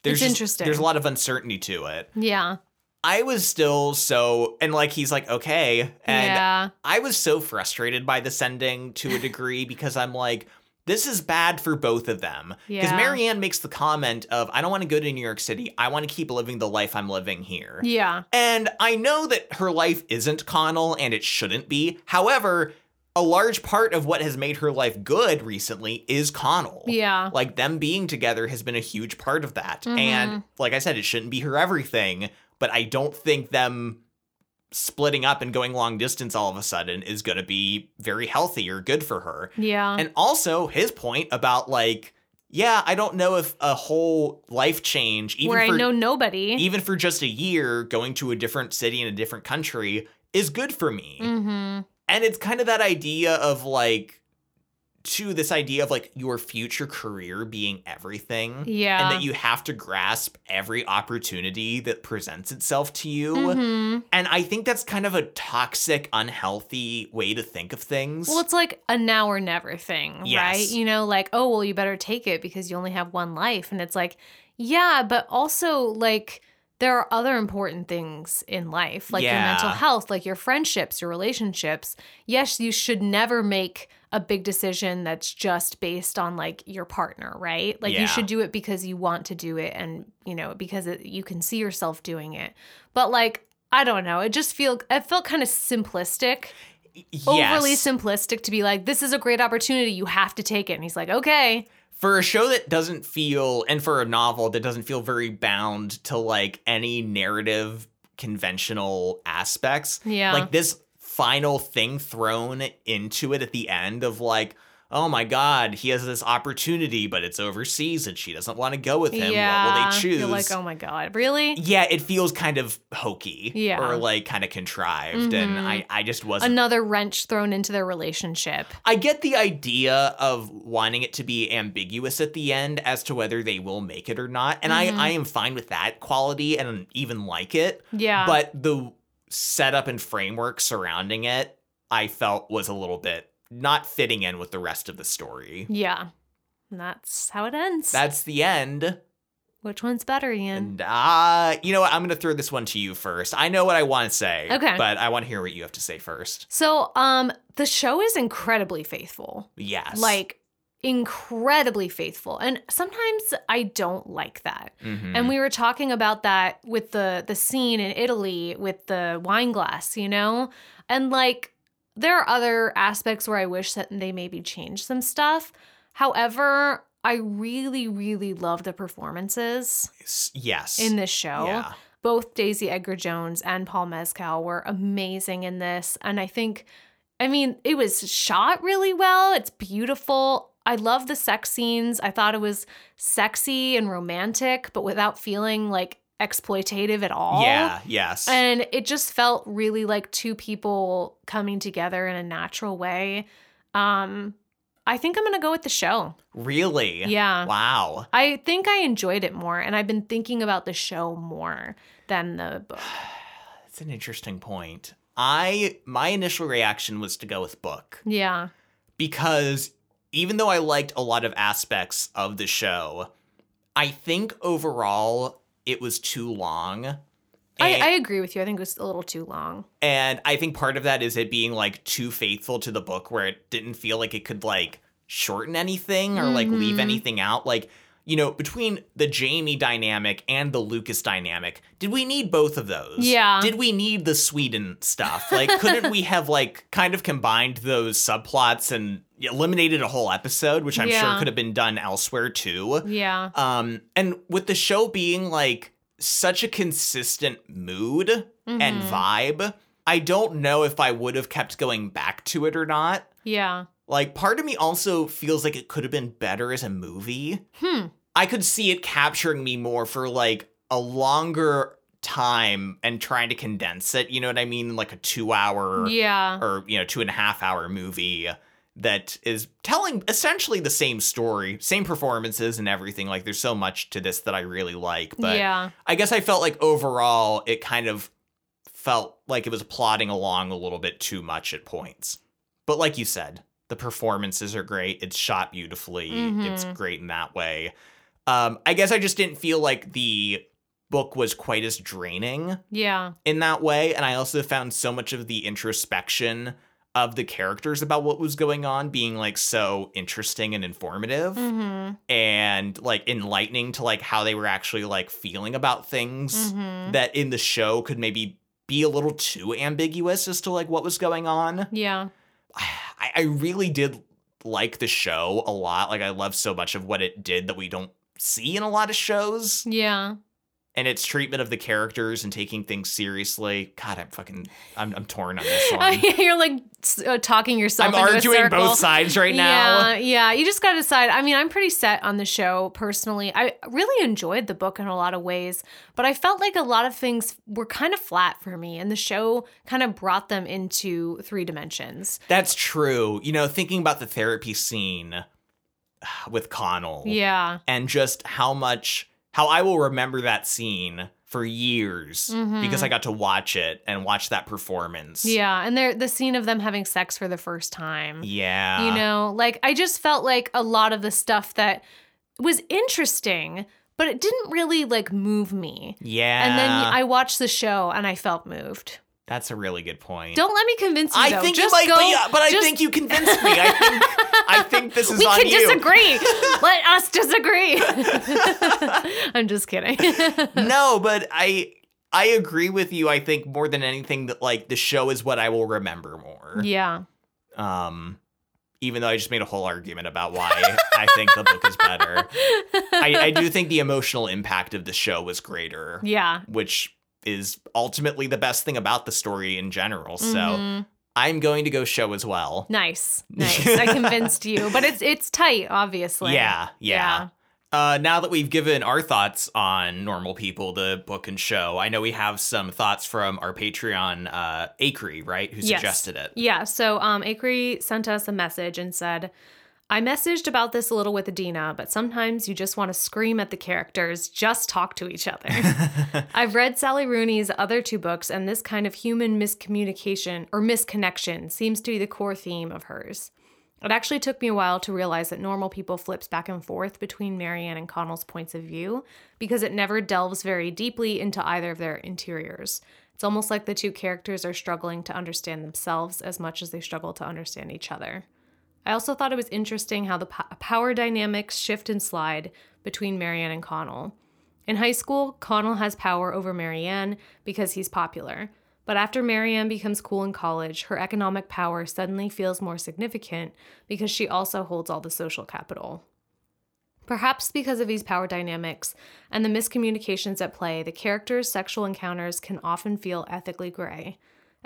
there's It's just- interesting. there's a lot of uncertainty to it Yeah. i was still so and like he's like okay and yeah. I was so frustrated by this ending to a degree because I'm like, this is bad for both of them. Because Yeah. Marianne makes the comment of, I don't want to go to New York City. I want to keep living the life I'm living here. Yeah. And I know that her life isn't Connell and it shouldn't be. However, a large part of what has made her life good recently is Connell. Yeah. Like them being together has been a huge part of that. Mhm. And like I said, it shouldn't be her everything, but I don't think them splitting up and going long distance all of a sudden is going to be very healthy or good for her. Yeah. And also his point about like, yeah, I don't know if a whole life change, even Where for I know nobody. even for just a year, going to a different city in a different country is good for me. hmm And it's kind of that idea of like, to this idea of like your future career being everything. Yeah. And that you have to grasp every opportunity that presents itself to you. Mhm. And I think that's kind of a toxic, unhealthy way to think of things. Well, it's like a now or never thing, right? Yes. You know, like, oh, well, you better take it because you only have one life. And it's like, yeah, but also, like, there are other important things in life, like your Yeah. mental health, like your friendships, your relationships. Yes, you should never make a big decision that's just based on like your partner, right? Like you Yeah. should do it because you want to do it and, you know, because it, you can see yourself doing it. But like, I don't know. It just feel it felt kind of simplistic yes. overly simplistic to be like, this is a great opportunity. You have to take it. And he's like, okay. for a show that doesn't feel and for a novel that doesn't feel very bound to like any narrative conventional aspects Yeah. like this final thing thrown into it at the end of like oh my god he has this opportunity but it's overseas and she doesn't want to go with him what will they choose You're like, oh my God, really? yeah it feels kind of hokey Yeah. or like kind of contrived and Mhm. i i just wasn't Another wrench thrown into their relationship. I get the idea of wanting it to be ambiguous at the end as to whether they will make it or not. And Mhm. I, I am fine with that quality and even like it. Yeah. But the setup and framework surrounding it, I felt was a little bit not fitting in with the rest of the story. yeah. And that's how it ends. That's the end. Which one's better, Ian? And uh, you know what? I'm going to throw this one to you first. I know what I want to say. Okay. But I want to hear what you have to say first. So, um, the show is incredibly faithful. Yes. Like, incredibly faithful. And sometimes I don't like that. Mhm. And we were talking about that with the the scene in Italy with the wine glass, you know? And like there are other aspects where I wish that they maybe changed some stuff. However, I really really love the performances S- yes. in this show. yeah. Both Daisy Edgar Jones and Paul Mezcal were amazing in this, and I think I mean, it was shot really well. It's beautiful. I love the sex scenes. I thought it was sexy and romantic, but without feeling like exploitative at all. Yeah. Yes. And it just felt really like two people coming together in a natural way. Um, I think I'm going to go with the show. really. Yeah. Wow. I think I enjoyed it more, and I've been thinking about the show more than the book. That's an interesting point. I my initial reaction was to go with book Yeah. because even though I liked a lot of aspects of the show, I think overall it was too long. I, And- I agree with you. I think it was a little too long. And I think part of that is it being like too faithful to the book where it didn't feel like it could like shorten anything or like leave Mhm. anything out. Like, you know, between the Jamie dynamic and the Lucas dynamic, did we need both of those? Yeah. Did we need the Sweden stuff? Like, couldn't we have like kind of combined those subplots and eliminated a whole episode, which I'm Yeah. sure could have been done elsewhere too? Yeah. Um, and with the show being like such a consistent mood and Mhm. vibe, I don't know if I would have kept going back to it or not. Yeah. Like, part of me also feels like it could have been better as a movie. Hmm. I could see it capturing me more for like a longer time and trying to condense it. You know what I mean? Like a two hour Yeah. or, you know, two and a half hour movie that is telling essentially the same story, same performances and everything. Like, there's so much to this that I really like. But yeah. I guess I felt like overall it kind of felt like it was plodding along a little bit too much at points. But like you said, the performances are great. It's shot beautifully. It's Mhm. great in that way. Um, I guess I just didn't feel like the book was quite as draining Yeah. in that way. And I also found so much of the introspection of the characters about what was going on being like so interesting and informative hmm and like enlightening to like how they were actually like feeling about things hmm that in the show could maybe be a little too ambiguous as to like what was going on. Yeah. I, I really did like the show a lot. Like I love so much of what it did that we don't see in a lot of shows Yeah. and its treatment of the characters and taking things seriously. God, I'm fucking I'm I'm torn on this one. You're like s- uh, talking yourself. I'm into a arguing circle. both sides right now. Yeah, yeah. You just got to decide. I mean, I'm pretty set on the show personally. I really enjoyed the book in a lot of ways, but I felt like a lot of things were kind of flat for me, and the show kind of brought them into three dimensions. That's true. You know, thinking about the therapy scene with Connell Yeah. and just how much how I will remember that scene for years Mhm. because I got to watch it and watch that performance. Yeah, and there the scene of them having sex for the first time. Yeah. You know, like I just felt like a lot of the stuff that was interesting, but it didn't really like move me. Yeah. And then I watched the show and I felt moved. That's a really good point. Don't let me convince you. I though. think just you might go, be, uh, but I just- think you convinced me. I think I think this is we on can you. disagree. let us disagree. I'm just kidding. No, but I I agree with you. I think more than anything that like the show is what I will remember more. yeah. Um even though I just made a whole argument about why I think the book is better. I, I do think the emotional impact of the show was greater, Yeah. which is ultimately the best thing about the story in general. So Mhm. I'm going to go show as well. nice. Nice. I convinced you. But it's it's tight, obviously. yeah, yeah. Uh, now that we've given our thoughts on Normal People, the book and show, I know we have some thoughts from our Patreon, uh, Acree, right, who Yes. suggested it. Yeah. So um Acree sent us a message and said, I messaged about this a little with Adina, but sometimes you just want to scream at the characters, just talk to each other. I've read Sally Rooney's other two books, and this kind of human miscommunication or misconnection seems to be the core theme of hers. It actually took me a while to realize that normal people flips back and forth between Marianne and Connell's points of view because it never delves very deeply into either of their interiors. It's almost like the two characters are struggling to understand themselves as much as they struggle to understand each other. I also thought it was interesting how the po- power dynamics shift and slide between Marianne and Connell. In high school, Connell has power over Marianne because he's popular. But after Marianne becomes cool in college, her economic power suddenly feels more significant because she also holds all the social capital. Perhaps because of these power dynamics and the miscommunications at play, the characters' sexual encounters can often feel ethically gray.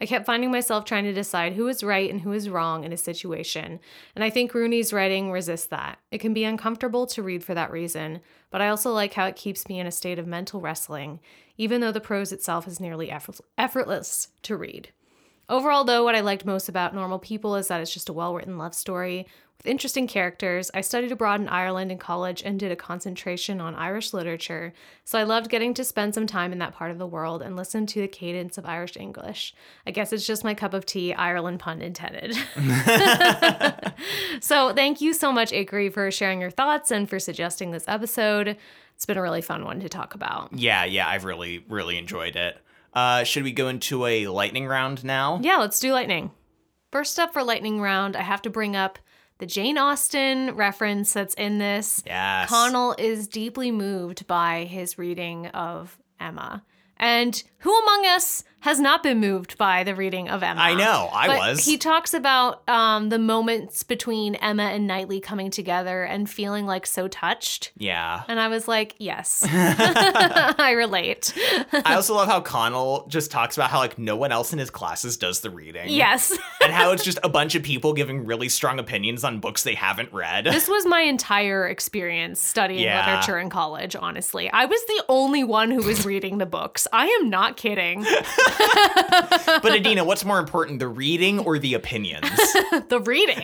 I kept finding myself trying to decide who is right and who is wrong in a situation, and I think Rooney's writing resists that. It can be uncomfortable to read for that reason, but I also like how it keeps me in a state of mental wrestling, even though the prose itself is nearly effort- effortless to read. Overall, though, what I liked most about Normal People is that it's just a well written love story with interesting characters. I studied abroad in Ireland in college and did a concentration on Irish literature, so I loved getting to spend some time in that part of the world and listen to the cadence of Irish English. I guess it's just my cup of tea, Ireland pun intended. so, thank you so much, Acree, for sharing your thoughts and for suggesting this episode. It's been a really fun one to talk about. Yeah, yeah, I've really, really enjoyed it. Uh, should we go into a lightning round now? Yeah, let's do lightning. First up for lightning round, I have to bring up the Jane Austen reference that's in this. Yes. Connell is deeply moved by his reading of Emma. And who among us has not been moved by the reading of Emma? I know, I But was. He talks about um, the moments between Emma and Knightley coming together and feeling like so touched. yeah. And I was like, yes, I relate. I also love how Connell just talks about how like no one else in his classes does the reading. yes. and how it's just a bunch of people giving really strong opinions on books they haven't read. This was my entire experience studying Yeah. literature in college, honestly. I was the only one who was reading the books. I am not kidding. but Adina, what's more important, the reading or the opinions? the reading.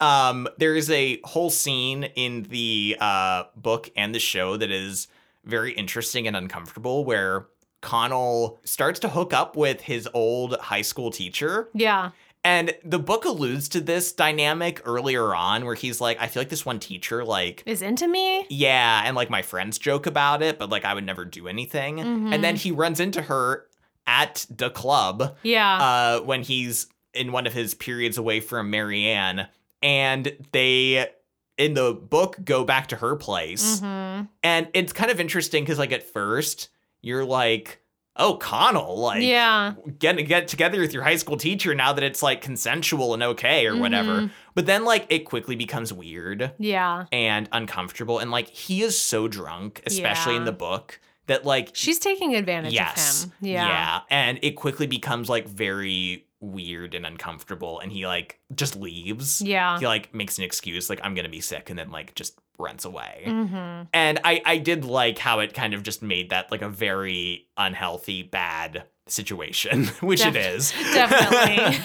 um, there is a whole scene in the uh, book and the show that is very interesting and uncomfortable where Connell starts to hook up with his old high school teacher. Yeah. And the book alludes to this dynamic earlier on where he's like, I feel like this one teacher, like, Is into me? Yeah, and like my friends joke about it, but like I would never do anything. And then he runs into her at the club Yeah. uh, when he's in one of his periods away from Marianne, and they in the book go back to her place, Mhm. and it's kind of interesting because like at first you're like. oh Connell, like yeah. get get together with your high school teacher now that it's like consensual and okay or Mm-hmm. whatever. But then like it quickly becomes weird Yeah. and uncomfortable and like he is so drunk, especially in Yeah. the book, that like She's taking advantage yes. of him. Yeah. And it quickly becomes like very weird and uncomfortable and he like just leaves. Yeah. He like makes an excuse like I'm going to be sick and then like just runs away. Mm-hmm. And I I did like how it kind of just made that like a very unhealthy bad situation, which it Def- is. Definitely.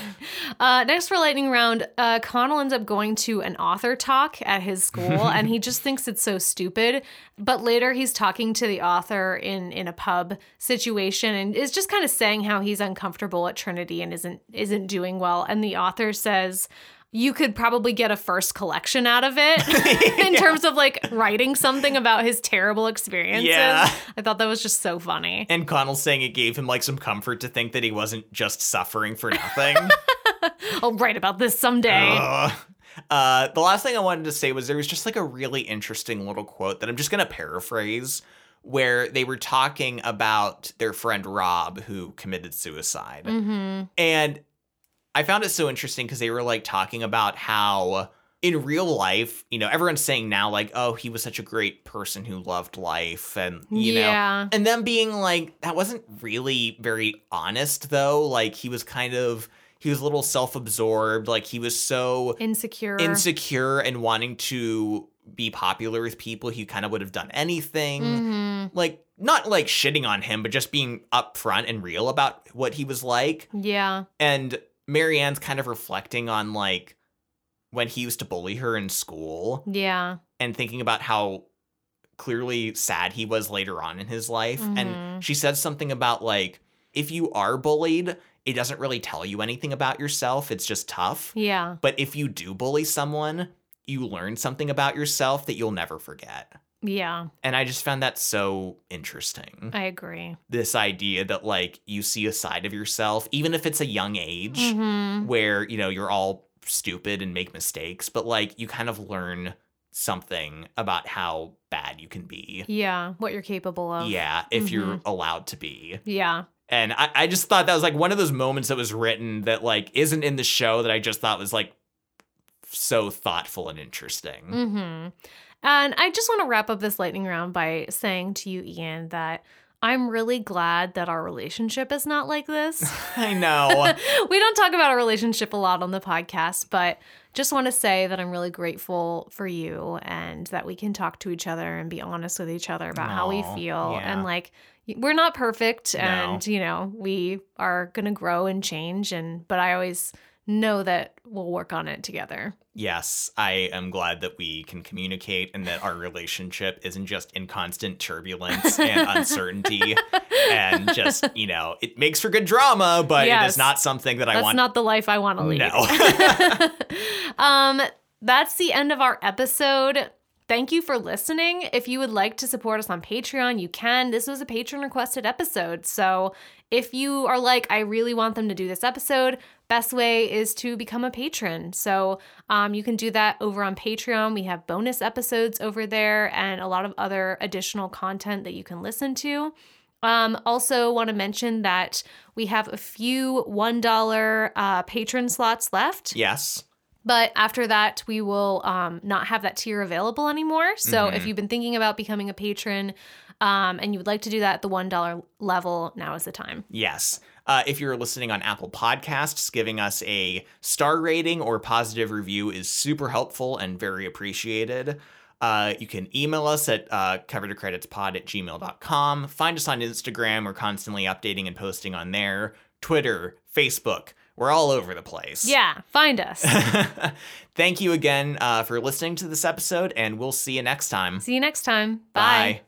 uh, next for lightning round, uh, Connell ends up going to an author talk at his school, and he just thinks it's so stupid. But later, he's talking to the author in in a pub situation, and is just kind of saying how he's uncomfortable at Trinity and isn't isn't doing well. And the author says. You could probably get a first collection out of it in terms of like writing something about his terrible experiences. Yeah. I thought that was just so funny. and Connell saying it gave him like some comfort to think that he wasn't just suffering for nothing. I'll write about this someday. Ugh. Uh, the last thing I wanted to say was there was just like a really interesting little quote that I'm just going to paraphrase where they were talking about their friend Rob who committed suicide. hmm And I found it so interesting because they were like talking about how in real life, you know, everyone's saying now, like, oh, he was such a great person who loved life and, you know, yeah. and them being like that wasn't really very honest though like he was kind of he was a little self-absorbed like he was so insecure. insecure and wanting to be popular with people he kind of would have done anything Mhm. like not like shitting on him but just being upfront and real about what he was like Yeah. and marianne's kind of reflecting on like when he used to bully her in school Yeah. and thinking about how clearly sad he was later on in his life. Mhm. And she says something about like, if you are bullied, it doesn't really tell you anything about yourself. It's just tough. Yeah. But if you do bully someone, you learn something about yourself that you'll never forget. Yeah. And I just found that so interesting. I agree. this idea that like you see a side of yourself, even if it's a young age, Mhm. where you know you're all stupid and make mistakes but like you kind of learn something about how bad you can be Yeah. What you're capable of. yeah if you're allowed to be Yeah. and I, I just thought that was like one of those moments that was written that like isn't in the show that i just thought was like so thoughtful and interesting hmm And I just want to wrap up this lightning round by saying to you, Ian, that I'm really glad that our relationship is not like this. i know we don't talk about our relationship a lot on the podcast, but just want to say that I'm really grateful for you and that we can talk to each other and be honest with each other about how we Aw, feel. yeah. And like, y- we're not perfect and, you know, we are going to grow and change. And, but I always know that we'll work on it together. yes i am glad that we can communicate and that our relationship isn't just in constant turbulence and uncertainty and just you know it makes for good drama but it Yes. is not something that i That's want not the life I want to lead. No. um, that's the end of our episode. Thank you for listening. If you would like to support us on Patreon, you can. This was a patron requested episode. So if you are like, I really want them to do this episode, best way is to become a patron. So um, you can do that over on Patreon. We have bonus episodes over there and a lot of other additional content that you can listen to. Um, also, want to mention that we have a few $1 uh, patron slots left. yes But after that, we will um, not have that tier available anymore. So if you've been thinking about becoming a patron um, and you would like to do that at the $1 level, now is the time. yes uh, if you're listening on apple podcasts giving us a star rating or positive review is super helpful and very appreciated uh, you can email us at uh, cover to credits pod at gmail.com find us on instagram we're constantly updating and posting on there twitter facebook we're all over the place Yeah, find us. Thank you again uh, for listening to this episode, and we'll see you next time. See you next time. Bye.